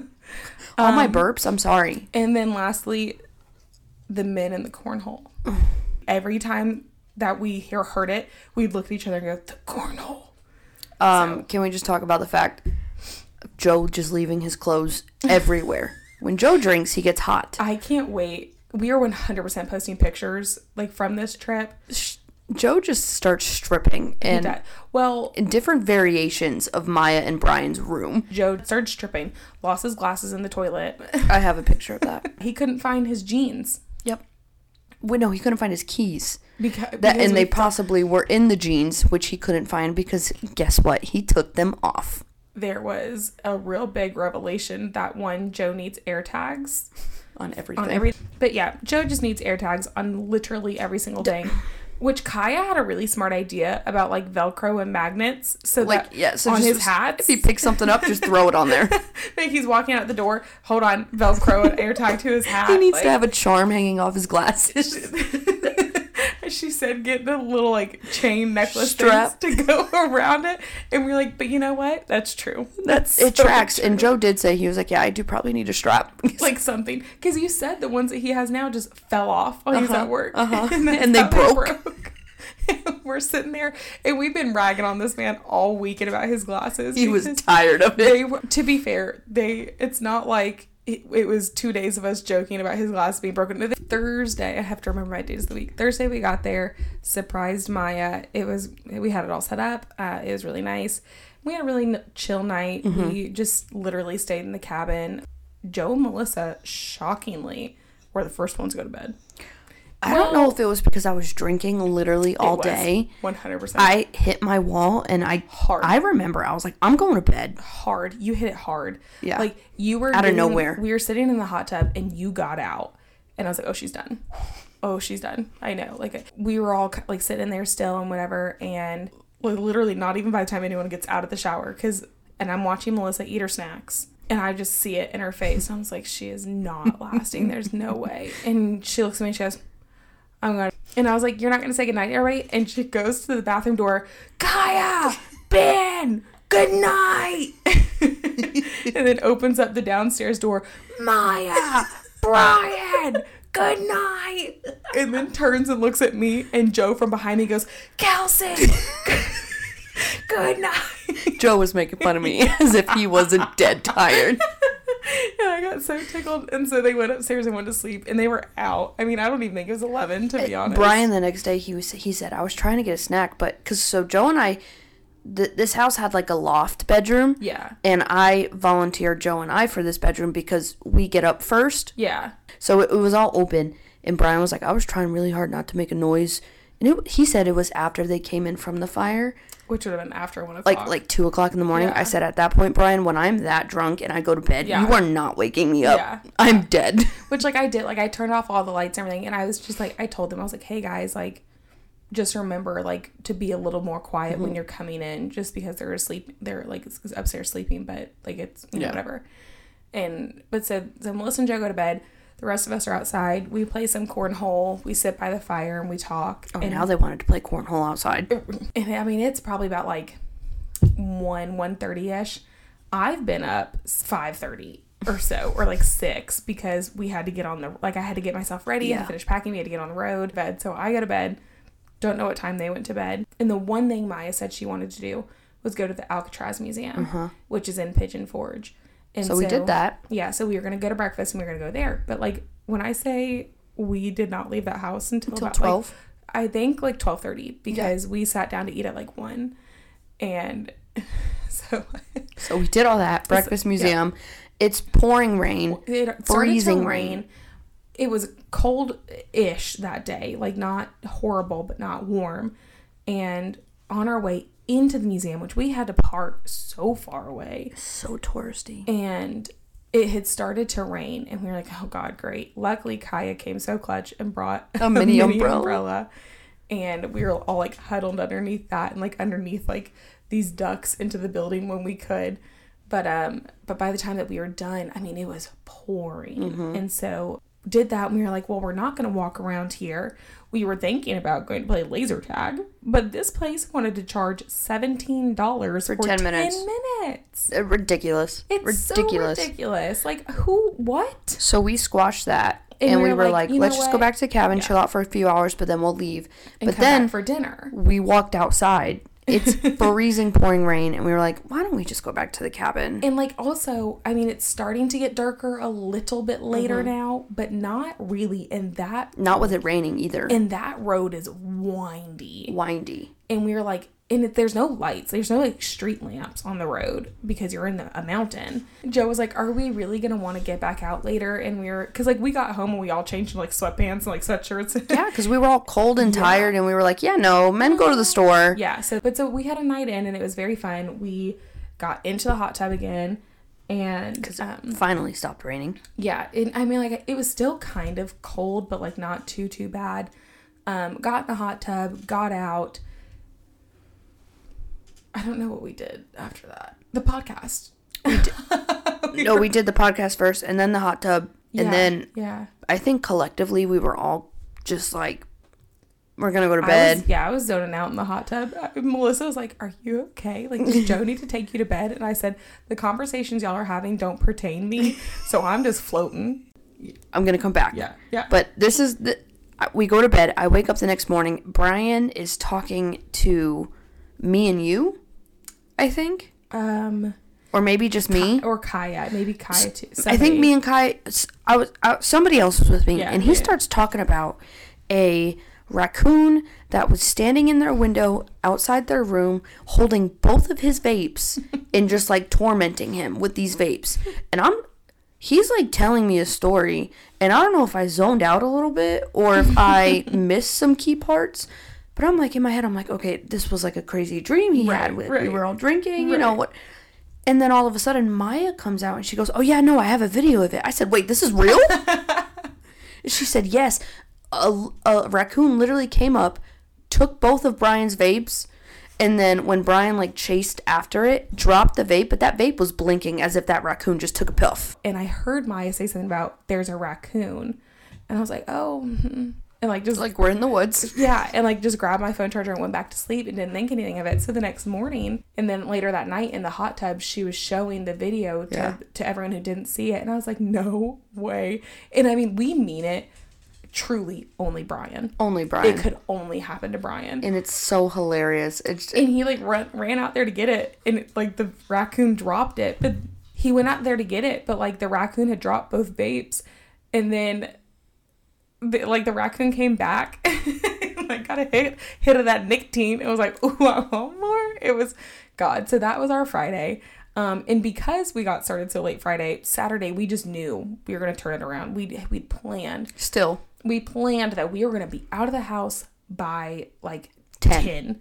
Speaker 1: All
Speaker 13: Um,
Speaker 1: my burps. I'm sorry.
Speaker 13: and then lastly the men in the cornhole every time that we hear heard it we'd look at each other and go the cornhole
Speaker 1: Um, Can we just talk about the fact of Joe just leaving his clothes everywhere? when Joe drinks, he gets hot.
Speaker 13: i can't wait we are 100% posting pictures like from this trip
Speaker 1: Joe just starts stripping
Speaker 13: and
Speaker 1: and
Speaker 13: well
Speaker 1: in different variations of Maya and Brian's room.
Speaker 13: joe started stripping lost his glasses in the toilet
Speaker 1: I have a picture of that.
Speaker 13: he couldn't find his jeans
Speaker 1: yep. Wait, no, he couldn't find his keys.
Speaker 13: because,
Speaker 1: That
Speaker 13: because
Speaker 1: and they
Speaker 13: we-
Speaker 1: possibly were in the jeans, which he couldn't find because guess what? He took them off.
Speaker 13: there was a real big revelation that one joe needs air tags
Speaker 1: On everything.
Speaker 13: on every but yeah joe just needs air tags on literally every single thing which kaya had a really smart idea about like velcro and magnets so
Speaker 1: like
Speaker 13: that
Speaker 1: yeah, so
Speaker 13: on
Speaker 1: just,
Speaker 13: his hats
Speaker 1: If he picks something up, just throw it on there.
Speaker 13: like he's walking out the door hold on velcro and air tag to his hat
Speaker 1: he needs
Speaker 13: like,
Speaker 1: to have a charm hanging off his glasses.
Speaker 13: she said get the little like chain necklace
Speaker 1: Strap.
Speaker 13: things to go around it and we're like but you know what that's true that's
Speaker 1: it
Speaker 13: so
Speaker 1: tracks.
Speaker 13: true.
Speaker 1: And Joe did say he was like, "Yeah, I do probably need a strap."
Speaker 13: like something because you said the ones that he has now just fell off while he was
Speaker 1: Uh-huh,
Speaker 13: at work
Speaker 1: uh-huh.
Speaker 13: that's
Speaker 1: And they
Speaker 13: how
Speaker 1: broke.
Speaker 13: broke. we're sitting there and we've been ragging on this man all weekend about his glasses
Speaker 1: he was
Speaker 13: because
Speaker 1: tired of it.
Speaker 13: they were to be fair they it's not like it, it was two days of us joking about his glasses being broken. Thursday, I have to remember my days of the week. Thursday, we got there, surprised Maya. It was we had it all set up. Uh, it was really nice. We had a really n- chill night.
Speaker 1: Mm-hmm.
Speaker 13: We just literally stayed in the cabin. Joe and Melissa, shockingly, were the first ones to go to bed.
Speaker 1: I don't know if it was because I was drinking literally all day.
Speaker 13: one hundred percent
Speaker 1: I hit my wall and I
Speaker 13: Hard.
Speaker 1: I remember I was like, I'm going to bed.
Speaker 13: hard. You hit it hard.
Speaker 1: Yeah.
Speaker 13: like you were
Speaker 1: Out of
Speaker 13: getting-
Speaker 1: nowhere.
Speaker 13: We were sitting in the hot tub and you got out, and I was like, oh, she's done. Oh, she's done. I know. Like we were all like sitting there still and whatever, and like, literally not even by the time anyone gets out of the shower, because and I'm watching Melissa eat her snacks. And I just see it in her face. And I was like, she is not lasting. There's no way. And she looks at me and she goes, I'm going. to And I was like, you're not going to say goodnight to everybody? And she goes to the bathroom door, Kaya, Ben, good night. and then opens up the downstairs door, Maya, Brian, good night. And then turns and looks at me. And Joe from behind me goes, Kelsey, good night.
Speaker 1: Joe was making fun of me as if he wasn't dead tired.
Speaker 13: and I got so tickled. And so they went upstairs and went to sleep. And they were out. I mean, I don't even think it was 11, to be honest.
Speaker 1: Uh, Brian the next day he was he said I was trying to get a snack, but cuz so Joe and I th- this house had like a loft bedroom.
Speaker 13: Yeah.
Speaker 1: And I volunteered Joe and I for this bedroom because we get up first.
Speaker 13: Yeah.
Speaker 1: So it, it was all open, and Brian was like, "I was trying really hard not to make a noise and it, he said it was after they came in from the fire.
Speaker 13: Which would have been after one o'clock.
Speaker 1: Like like two o'clock in the morning. I said at that point, Brian, when I'm that drunk and I go to bed,
Speaker 13: Yeah.
Speaker 1: you are not waking me up.
Speaker 13: Yeah.
Speaker 1: I'm dead.
Speaker 13: Which like I did, like I turned off all the lights and everything, and I was just like, I told them I was like, hey guys, like, just remember like to be a little more quiet
Speaker 1: Mm-hmm.
Speaker 13: when you're coming in, just because they're asleep, they're like upstairs sleeping, but like it's you know
Speaker 14: Yeah.
Speaker 13: whatever. And but so so Melissa and Joe go to bed. The rest of us are outside. We play some cornhole. We sit by the fire and we talk.
Speaker 1: Oh,
Speaker 13: and
Speaker 1: now they wanted to play cornhole outside.
Speaker 13: and I mean it's probably about like one one thirty ish. I've been up five thirty or so, or like six, because we had to get on the like I had to get myself ready and
Speaker 1: Yeah.
Speaker 13: finish packing. We had to get on the road bed, so I go to bed. Don't know what time they went to bed. And the one thing Maya said she wanted to do was go to the Alcatraz Museum, which is in Pigeon Forge. And
Speaker 1: Uh-huh. So we did that.
Speaker 13: Yeah, so we were gonna go to breakfast and we were gonna go there. But like when I say we did not leave that house until,
Speaker 1: Until
Speaker 13: about, like,
Speaker 1: 12?
Speaker 13: I think like twelve thirty because we sat down to eat at like one, and so
Speaker 1: So we did all that. Breakfast museum. It's pouring rain.
Speaker 13: it started
Speaker 1: Freezing
Speaker 13: to rain.
Speaker 1: rain.
Speaker 13: It was cold-ish that day, like not horrible but not warm. And on our way into the museum, which we had to park so far away,
Speaker 1: So touristy.
Speaker 13: and it had started to rain and we were like oh god great luckily kaya came so clutch and brought
Speaker 1: A mini umbrella.
Speaker 13: and we were all like huddled underneath that and like underneath like these ducks into the building when we could but um but by the time that we were done i mean it was pouring
Speaker 1: Mm-hmm.
Speaker 13: and so did that and we were like well we're not going to walk around here we were thinking about going to play laser tag but this place wanted to charge $17 for,
Speaker 1: 10 minutes.
Speaker 13: minutes
Speaker 1: Uh, Ridiculous.
Speaker 13: it's
Speaker 1: ridiculous.
Speaker 13: so ridiculous. Like who? What?
Speaker 1: So we squashed that
Speaker 13: And
Speaker 1: and,
Speaker 13: we
Speaker 1: we
Speaker 13: were
Speaker 1: were
Speaker 13: like,
Speaker 1: like,
Speaker 13: "You know
Speaker 1: let's just go
Speaker 13: what?"
Speaker 1: back to the cabin, chill out for a few hours, but then we'll leave.
Speaker 13: And
Speaker 1: but
Speaker 13: come back
Speaker 1: then
Speaker 13: for dinner.
Speaker 1: we walked outside. It's freezing, pouring rain, and we were like, why don't we just go back to the cabin?
Speaker 13: And like also, I mean, it's starting to get darker a little bit later
Speaker 1: Mm-hmm.
Speaker 13: now, but not really. And that
Speaker 1: Not with it raining either.
Speaker 13: and that road is windy.
Speaker 1: Windy.
Speaker 13: And we were like, and it, there's no lights. There's no like street lamps on the road because you're in the, a mountain. Joe was like, "Are we really gonna want to get back out later?" And we were, cause like we got home and we all changed into like sweatpants and like sweatshirts.
Speaker 1: Yeah, because we were all cold and tired, and we were like, yeah, no, men go to the store.
Speaker 13: Yeah. So, but so we had a night in and it was very fun. We got into the hot tub again, and um,
Speaker 1: Finally stopped raining.
Speaker 13: yeah, and I mean like it was still kind of cold, but like not too too bad. Um, got in the hot tub, got out. I don't know what we did after that. The podcast.
Speaker 1: No, we did the podcast first, and then the hot tub,
Speaker 13: Oh, Yeah,
Speaker 1: and then
Speaker 13: yeah,
Speaker 1: I think collectively we were all just like, we're gonna go to
Speaker 13: I
Speaker 1: bed.
Speaker 13: was, yeah, I was zoning out in the hot tub. I- Melissa was like, "Are you okay? Like, does Joe need to take you to bed?" And I said, "The conversations y'all are having don't pertain me, so I'm just floating."
Speaker 1: I'm gonna come back.
Speaker 13: Yeah, yeah.
Speaker 1: But this is the we go to bed. I wake up the next morning. Brian is talking to me and you, I think,
Speaker 13: Um,
Speaker 1: or maybe just me.
Speaker 13: or Kaya, maybe Kaya too.
Speaker 1: I think me and Kai. s- I was I, somebody else was with me,
Speaker 13: Yeah,
Speaker 1: and he
Speaker 13: yeah.
Speaker 1: starts talking about a raccoon that was standing in their window outside their room, holding both of his vapes and just like tormenting him with these vapes. And I'm he's like telling me a story, and I don't know if I zoned out a little bit or if I missed some key parts. But I'm like in my head, I'm like, okay, this was like a crazy dream he had. With, We
Speaker 13: right.
Speaker 1: were all drinking, you know what? And then all of a sudden, Maya comes out and she goes, Oh, yeah, no, I have a video of it. I said, Wait, this is real? she said, Yes. A, a raccoon literally came up, took both of Brian's vapes, and then when Brian like chased after it, dropped the vape, but that vape was blinking as if that raccoon just took a puff.
Speaker 13: and I heard Maya say something about there's a raccoon, and I was like, oh, mhm." and like just like
Speaker 1: Like, we're in the woods.
Speaker 13: yeah, and like just grabbed my phone charger and went back to sleep and didn't think anything of it. So the next morning, and then later that night in the hot tub, she was showing the video to
Speaker 1: Yeah.
Speaker 13: to everyone who didn't see it, and I was like, no way. And I mean, we mean it. Truly, only Brian.
Speaker 1: Only Brian.
Speaker 13: It could only happen to Brian.
Speaker 1: and it's so hilarious. It's
Speaker 13: and he like run, ran out there to get it and it, like the raccoon dropped it but he went out there to get it but like the raccoon had dropped both vapes and then the, like the raccoon came back and, like got a hit hit of that nicotine it was like ooh i want more it was god so that was our friday um, and because we got started so late Friday, Saturday we just knew we were gonna turn it around. We we planned
Speaker 1: still
Speaker 13: we planned that we were going to be out of the house by like
Speaker 1: 10.
Speaker 13: 10.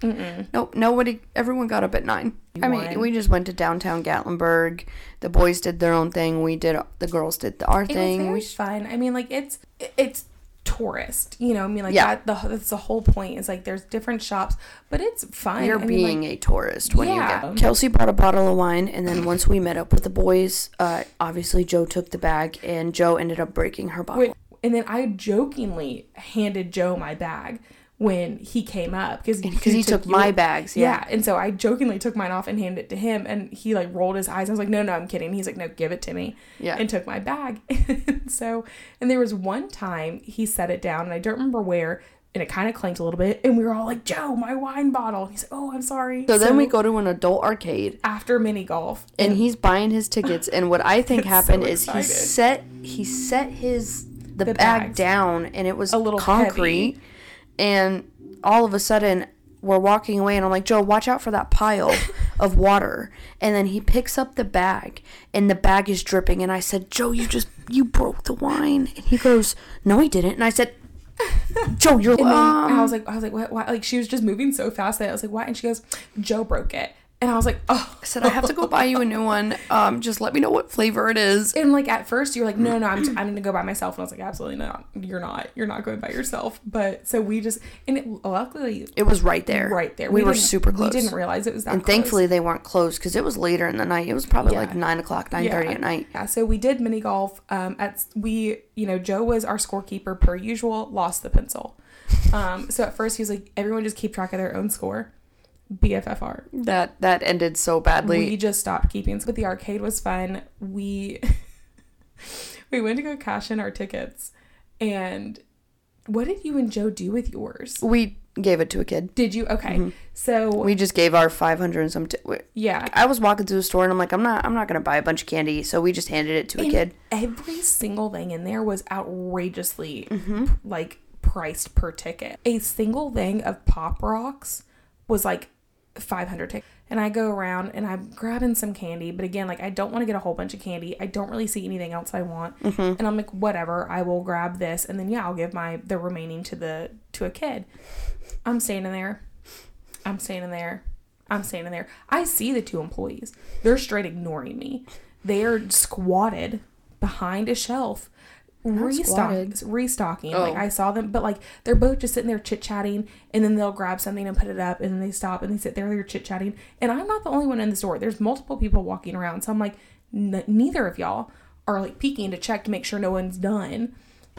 Speaker 1: Mm-hmm.
Speaker 13: Mm-mm.
Speaker 1: Nope, nobody. Everyone got up at nine. I mean,
Speaker 13: One.
Speaker 1: we just went to downtown Gatlinburg. The boys did their own thing. We did the girls did the, our
Speaker 13: It was
Speaker 1: thing.
Speaker 13: very
Speaker 1: We
Speaker 13: fun. I mean, like it's it's tourist. You know, I mean, like
Speaker 1: Yeah.
Speaker 13: that. The, that's the whole point. Is like there's different shops, but it's fun.
Speaker 1: You're
Speaker 13: I mean,
Speaker 1: being
Speaker 13: like,
Speaker 1: a tourist when
Speaker 13: Yeah.
Speaker 1: you get. Kelsey brought a bottle of wine, and then once we met up with the boys, uh, obviously Joe took the bag, and Joe ended up breaking her bottle.
Speaker 13: Wait, and then I jokingly handed Joe my bag when he came up because
Speaker 1: Because he took my bags, yeah.
Speaker 13: and so I jokingly took mine off and handed it to him, and he like rolled his eyes. I was like, "No, no, I'm kidding." He's like, "No, give it to me."
Speaker 1: Yeah.
Speaker 13: and took my bag. so, and there was one time he set it down, and I don't remember where, and it kind of clanked a little bit, and we were all like, "Joe, my wine bottle." And he's like, "Oh, I'm sorry."
Speaker 1: So then we go to an adult arcade,
Speaker 13: after mini golf.
Speaker 1: and he's buying his tickets. And what I think
Speaker 13: It's
Speaker 1: happened
Speaker 13: so
Speaker 1: is he
Speaker 13: excited.
Speaker 1: set he set his the,
Speaker 13: The
Speaker 1: bag
Speaker 13: bags.
Speaker 1: down, and it was
Speaker 13: A little
Speaker 1: concrete.
Speaker 13: heavy.
Speaker 1: And all of a sudden, we're walking away, and I'm like, Joe, watch out for that pile of water. And then he picks up the bag, and the bag is dripping. And I said, Joe, you just you broke the wine. And he goes, No, I didn't. And I said, Joe, you're.
Speaker 13: And then I
Speaker 1: um,
Speaker 13: was like, I was like, what? Why? Like she was just moving so fast that I was like, why? And she goes, Joe broke it, and I was like, oh.
Speaker 1: I said, I have to go buy you a new one. Um, just let me know what flavor it is.
Speaker 13: And like at first you were like, no, no, I'm, I'm gonna go by myself, and I was like, absolutely not. You're not. You're not going by yourself. But so we just and it, luckily
Speaker 1: It was right there.
Speaker 13: right there.
Speaker 1: We, were
Speaker 13: didn't-
Speaker 1: super close.
Speaker 13: We didn't realize it was that.
Speaker 1: and
Speaker 13: close.
Speaker 1: thankfully they weren't closed because it was later in the night. It was probably
Speaker 13: Yeah.
Speaker 1: like nine o'clock, nine thirty at night.
Speaker 13: Yeah, so we did mini golf. Um, at we, you know, Joe was our scorekeeper per usual. Lost the pencil. Um, so at first he was like, everyone just keep track of their own score, BFFR.
Speaker 1: That that ended so badly.
Speaker 13: we just stopped keeping. But the arcade was fun. We we went to go cash in our tickets, and what did you and Joe do with yours?
Speaker 1: We, gave it to a kid.
Speaker 13: Did you okay?
Speaker 1: Mm-hmm.
Speaker 13: So
Speaker 1: We just gave our five hundred and some. T- we-
Speaker 13: yeah,
Speaker 1: I was walking through the store and I'm like, I'm not, I'm not gonna buy a bunch of candy. So we just handed it to a
Speaker 13: And
Speaker 1: kid.
Speaker 13: Every single thing in there was outrageously
Speaker 1: Mm-hmm.
Speaker 13: like priced per ticket. A single thing of pop rocks was like 500 tickets. And I go around and I'm grabbing some candy, but again, like I don't want to get a whole bunch of candy. I don't really see anything else I want.
Speaker 1: Mm-hmm.
Speaker 13: And I'm like, whatever, I will grab this and then yeah, I'll give my the remaining to the to a kid. I'm standing there. I'm standing there. I'm standing there. I see the two employees. They're straight ignoring me. They're squatted behind a shelf, restocking. Restocking. Like I saw them, but like they're both just sitting there chit chatting, and then they'll grab something and put it up, and then they stop and they sit there. They're chit chatting, and I'm not the only one in the store. There's multiple people walking around, so I'm like, n- neither of y'all are like peeking to check to make sure no one's done.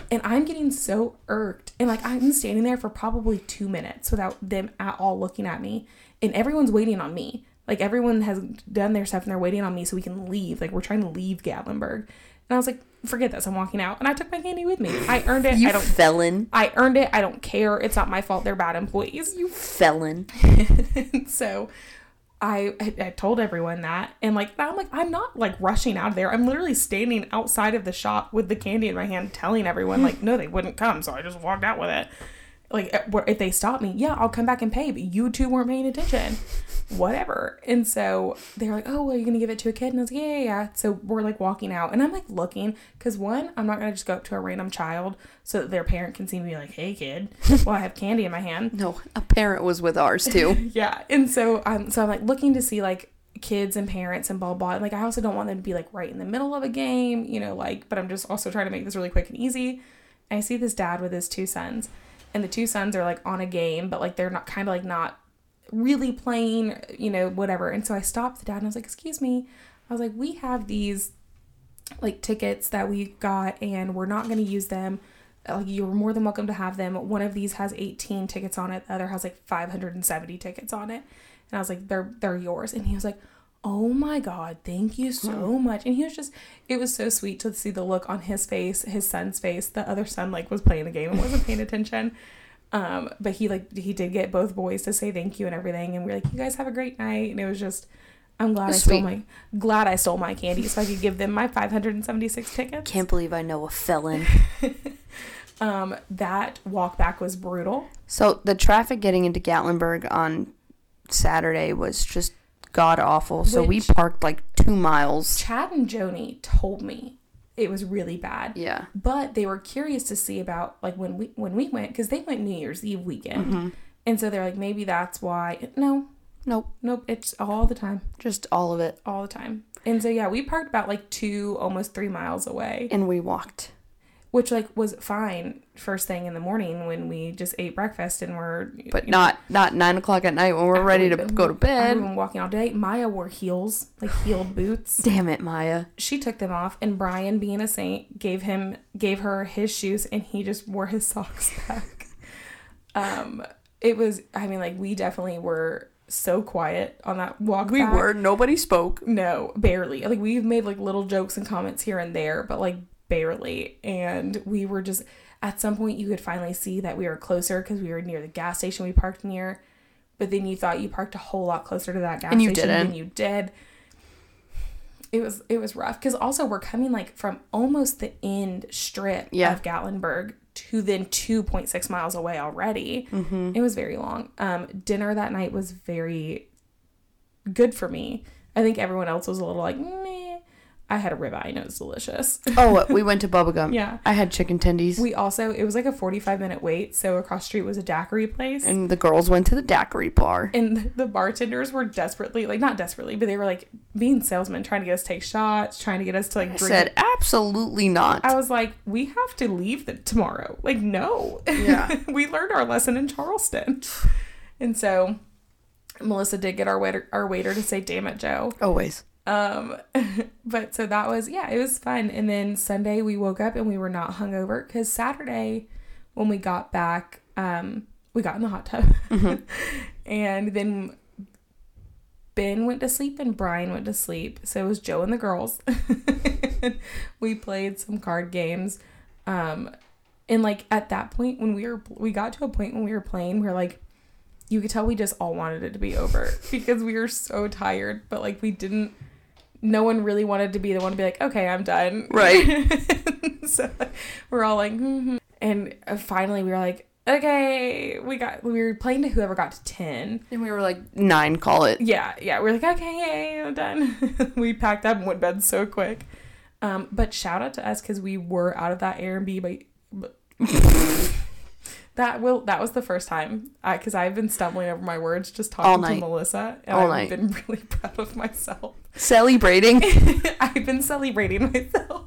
Speaker 13: And I'm getting so irked. And like I'm standing there for probably two minutes without them at all looking at me. And everyone's waiting on me. Like everyone has done their stuff and they're waiting on me so we can leave. Like we're trying to leave Gatlinburg. And I was like, forget this, I'm walking out. And I took my candy with me. I earned it. I
Speaker 1: You
Speaker 13: don't
Speaker 1: felon,
Speaker 13: I earned it. I don't care. It's not my fault. They're bad employees.
Speaker 1: you felon.
Speaker 13: so I, I I told everyone that and like I'm like I'm not like rushing out of there. I'm literally standing outside of the shop with the candy in my hand, telling everyone like no, they wouldn't come. So I just walked out with it. Like eh, wh- if they stop me, yeah, I'll come back and pay. But you two weren't paying attention, whatever. And so they're like, oh, well, you're gonna give it to a kid, and I was like, yeah, yeah, yeah. So we're like walking out, and I'm like looking because one, I'm not gonna just go up to a random child so that their parent can see me like, hey, kid, well, I have candy in my hand.
Speaker 1: No, a parent was with ours too.
Speaker 13: Yeah, and so um, so I'm like looking to see like kids and parents and blah blah. And, like I also don't want them to be like right in the middle of a game, you know. Like, but I'm just also trying to make this really quick and easy. And I see this dad with his two sons, and the two sons are like on a game, but like they're not kind of like not really playing, you know, whatever. And so I stopped the dad and I was like, "Excuse me," I was like, "We have these like tickets that we got and we're not going to use them like you're more than welcome to have them one of these has 18 tickets on it the other has like 570 tickets on it and i was like they're they're yours and he was like oh my god thank you so much and he was just it was so sweet to see the look on his face his son's face the other son like was playing the game and wasn't paying attention um but he like he did get both boys to say thank you and everything and we are like you guys have a great night and it was just i'm glad i stole
Speaker 1: Sweet.
Speaker 13: my glad i stole my candy so i could give them my 576 tickets
Speaker 1: Can't believe I know a felon.
Speaker 13: um that walk back was brutal
Speaker 1: So the traffic getting into Gatlinburg on Saturday was just god awful. So we
Speaker 13: Which-
Speaker 1: parked like two miles.
Speaker 13: Chad and Joni told me It was really bad.
Speaker 1: Yeah.
Speaker 13: But they were curious to see about like when we when we went because they went New Year's Eve weekend,
Speaker 1: Mhm.
Speaker 13: and so they're like maybe that's why. No,
Speaker 1: Nope.
Speaker 13: nope. It's all the time,
Speaker 1: Just all of it.
Speaker 13: all the time. And so yeah, we parked about like two, almost three miles away,
Speaker 1: And we walked.
Speaker 13: which like was fine first thing in the morning when we just ate breakfast and were
Speaker 1: But not not nine o'clock at night when we're ready to go to
Speaker 13: I've
Speaker 1: bed.
Speaker 13: been walking all day. Maya wore heels, like heeled boots.
Speaker 1: Damn it, Maya.
Speaker 13: She took them off, and Brian, being a saint, gave him gave her his shoes, and he just wore his socks back. um, it was. I mean, like we definitely were so quiet on that walk.
Speaker 1: We
Speaker 13: back.
Speaker 1: were. Nobody spoke.
Speaker 13: No, barely. Like we've made like little jokes and comments here and there, but like barely. And we were just at some point you could finally see that we were closer because we were near the gas station we parked near. But then you thought you parked a whole lot closer to that gas
Speaker 1: And you
Speaker 13: station
Speaker 1: didn't.
Speaker 13: than you did. It was it was rough because also we're coming like from almost the end strip
Speaker 1: Yeah.
Speaker 13: of Gatlinburg to then two point six miles away already.
Speaker 1: Mhm.
Speaker 13: It was very long. Um, dinner that night was very good for me. I think everyone else was a little like, meh. I had a ribeye and it was delicious.
Speaker 1: Oh, we went to Bubblegum.
Speaker 13: Yeah.
Speaker 1: I had chicken tendies.
Speaker 13: We also, it was like a 45 minute wait. So across the street was a daiquiri place. And,
Speaker 1: and the girls went to the daiquiri bar.
Speaker 13: the bartenders were desperately, like, not desperately, but they were like being salesmen, trying to get us to take shots, trying to get us to like
Speaker 1: I
Speaker 13: drink.
Speaker 1: said, absolutely not.
Speaker 13: I was like, we have to leave the, tomorrow. Like, no.
Speaker 1: Yeah.
Speaker 13: we learned our lesson in Charleston. And so Melissa did get our waiter, our waiter to say, damn it, Joe.
Speaker 1: Always.
Speaker 13: Um, but so that was yeah, it was fun. And then Sunday we woke up and we were not hungover because Saturday when we got back, um, we got in the hot tub, and then Ben went to sleep and Brian went to sleep. So it was Joe and the girls. we played some card games, um, and like at that point when we were we got to a point when we were playing, we were like you could tell we just all wanted it to be over because we were so tired, but like we didn't no one really wanted to be the one to be like, okay, I'm done.
Speaker 1: Right.
Speaker 13: so like, we're all like, mm-hmm. and uh, finally we were like, okay, we got, we were playing to whoever got to 10.
Speaker 1: And we were like, nine, call it.
Speaker 13: Yeah, yeah. We're like, okay, yay, I'm done. we packed up and went to bed so quick. Um, but shout out to us because we were out of that Airbnb. By, that will that was the first time because I've been stumbling over my words just
Speaker 1: All
Speaker 13: talking
Speaker 1: night.
Speaker 13: to Melissa, and
Speaker 1: All night.
Speaker 13: I've been really proud of myself.
Speaker 1: Celebrating.
Speaker 13: I've been celebrating myself.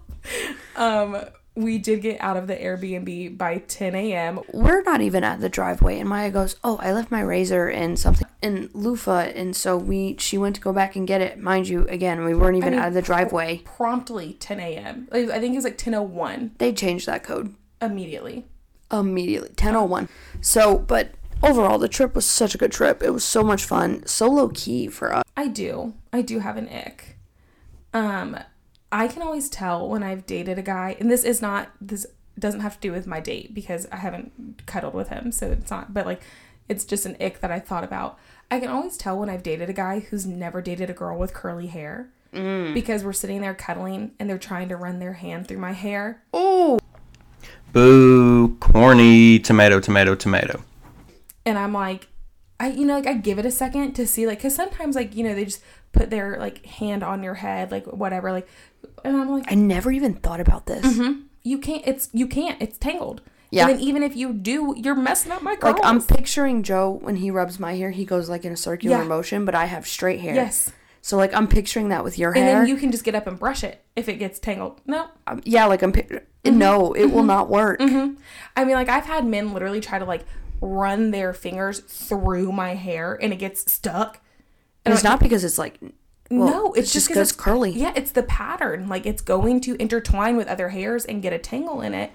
Speaker 13: Um, we did get out of the Airbnb by 10 a.m.
Speaker 1: we're not even at the driveway and maya goes oh i left my razor and something in loofah and so we she went to go back and get it mind you again we weren't even
Speaker 13: mean,
Speaker 1: out of the driveway
Speaker 13: Promptly 10 a.m. I I think it was like 10:01
Speaker 1: they changed that code
Speaker 13: immediately.
Speaker 1: immediately 1001 so but overall the trip was such a good trip it was so much fun so low key for us
Speaker 13: I do. I do have an ick. Um, I can always tell when I've dated a guy, and this is not this doesn't have to do with my date because I haven't cuddled with him, so it's not. But like, it's just an ick that I thought about. I can always tell when I've dated a guy who's never dated a girl with curly hair because we're sitting there cuddling and they're trying to run their hand through my hair.
Speaker 1: oh
Speaker 11: Boo, corny, tomato, tomato, tomato.
Speaker 13: and I'm like, I you know like I give it a second to see like because sometimes like you know they just put their like hand on your head like whatever like, and I'm like
Speaker 1: i never even thought about this
Speaker 13: Mm-hmm. you can't it's you can't it's tangled.
Speaker 1: Yeah.
Speaker 13: And then even if you do, you're messing up my curls.
Speaker 1: like i'm picturing joe when he rubs my hair he goes like in a circular
Speaker 13: Yeah.
Speaker 1: motion but i have straight hair
Speaker 13: yes.
Speaker 1: so like i'm picturing that with your
Speaker 13: And
Speaker 1: hair
Speaker 13: then you can just get up and brush it if it gets tangled. No.
Speaker 1: Um, yeah like i'm pic-
Speaker 13: Mm-hmm.
Speaker 1: no it will not work
Speaker 13: I mean like I've had men literally try to like run their fingers through my hair and it gets stuck.
Speaker 1: And it's not because it's like well,
Speaker 13: no, it's, just 'cause
Speaker 1: because
Speaker 13: just
Speaker 1: it's curly.
Speaker 13: Yeah, it's the pattern. Like it's going to intertwine with other hairs and get a tangle in it.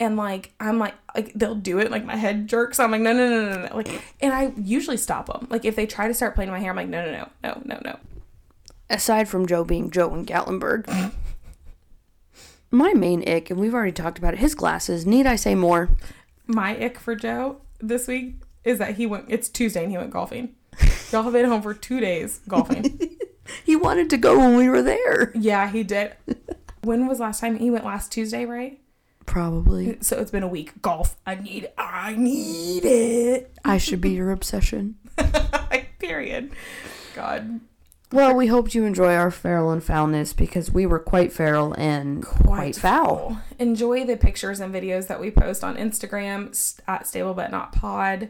Speaker 13: And like I'm like like they'll do it. Like my head jerks. I'm like no no no no no. Like and I usually stop them. Like if they try to start playing with my hair, I'm like no no no no no no.
Speaker 1: Aside from Joe being Joe in Gatlinburg, my main ick, and we've already talked about it, his glasses. Need I say more?
Speaker 13: My ick for Joe this week is that he went. It's Tuesday and he went golfing. Y'all have been home for two days golfing.
Speaker 1: He wanted to go when we were there.
Speaker 13: yeah, he did. When was last time he went? Last Tuesday, right?
Speaker 1: Probably.
Speaker 13: So it's been a week. Golf. I need. I need it.
Speaker 1: I should be your obsession.
Speaker 13: like period god
Speaker 1: Well, we hoped you enjoy our feral and foulness because we were quite feral and quite, foul.
Speaker 13: Enjoy the pictures and videos that we post on Instagram s- at Stable But Not Pod.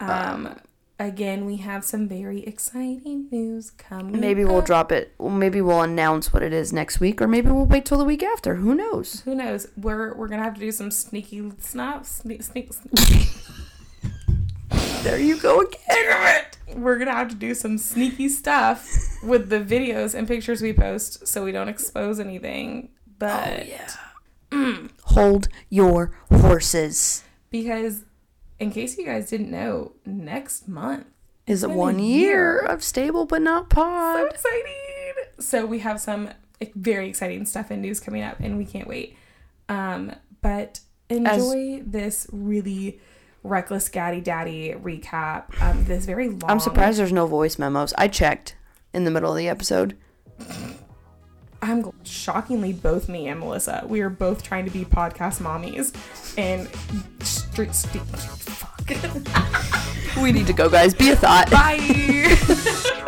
Speaker 1: Uh.
Speaker 13: Um, again, we have some very exciting news coming.
Speaker 1: Maybe we'll
Speaker 13: up.
Speaker 1: drop it. well, Maybe we'll announce what it is next week, or maybe we'll wait till the week after. Who knows?
Speaker 13: Who knows? We're we're gonna have to do some sneaky snaps. Sneak, sneak, sneak.
Speaker 1: There you go again.
Speaker 13: we're gonna have to do some sneaky stuff with the videos and pictures we post, so we don't expose anything.
Speaker 1: Oh,
Speaker 13: But
Speaker 1: Hold your horses.
Speaker 13: because, in case you guys didn't know, next month
Speaker 1: Is it
Speaker 13: been a
Speaker 1: one year of stable but not pod?
Speaker 13: exciting. So we have some like, very exciting stuff and news coming up, and we can't wait. Um, but enjoy this really reckless gaddy daddy recap. Um, this very long.
Speaker 1: I'm surprised there's no voice memos. I checked in the middle of the episode.
Speaker 13: I'm gl- shockingly both me and Melissa. We are both trying to be podcast mommies, and street st- fuck.
Speaker 1: We need to go, guys. Be a thought.
Speaker 13: Bye.